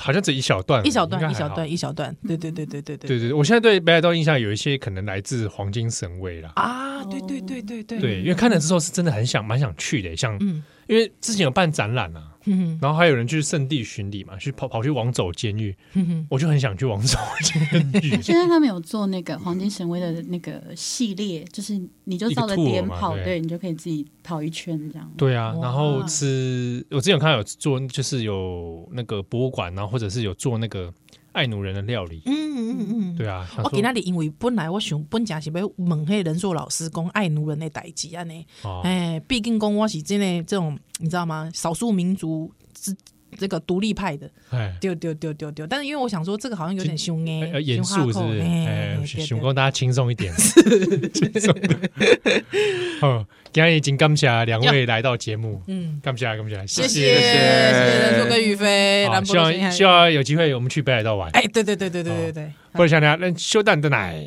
S1: 好像只一小段，
S2: 一小
S1: 应该
S2: 段，
S1: 还
S2: 一
S1: 好
S2: 小段，。一小段，对对对对对
S1: 对对，对我现在对北海道印象有一些可能来自黄金神位啦。
S2: 啊，对对对对对
S1: 对，因为看了之后是真的很想蛮想去的，像
S2: 嗯
S1: 因为之前有办展览啊，
S2: 嗯
S1: 然后还有人去圣地巡礼嘛，去跑跑去王走监狱，
S2: 嗯嗯，
S1: 我就很想去王 走监狱
S4: 现在他们有做那个黄金神威的那个系列，就是你就照着
S1: 一个 tour
S4: 点
S1: 嘛
S4: 跑，
S1: 对
S4: 对你就可以自己跑一圈这样。
S1: 对啊，
S2: 哇
S1: 然后吃，我之前有看到有做，就是有那个博物馆，然后或者是有做那个爱奴人的料理。
S2: 嗯嗯嗯。
S1: 对啊，想
S2: 我
S1: 说
S2: 今仔日因为本来我想本诚是要问迄人硕老师讲爱奴人的代志安尼，
S1: 哦
S2: 哎，毕竟讲我是真的这种你知道吗？少数民族之这个独立派的，
S1: 哎，
S2: 丢丢丢丢丢。但是因为我想说这个好像有点凶哎，
S1: 要严肃是不是？哎，想
S2: 过
S1: 供大家轻松一 点， 轻松。哦，今天已经感谢两位来到节目，
S2: 嗯，
S1: 感谢啊感谢，
S2: 谢谢
S3: 谢
S2: 谢谢人硕跟宇飞，
S1: 好
S2: 兰博
S1: 希望希望有机会我们去北海道玩，
S2: 哎，对对对对对对对，
S1: 或者像那那修蛋的奶。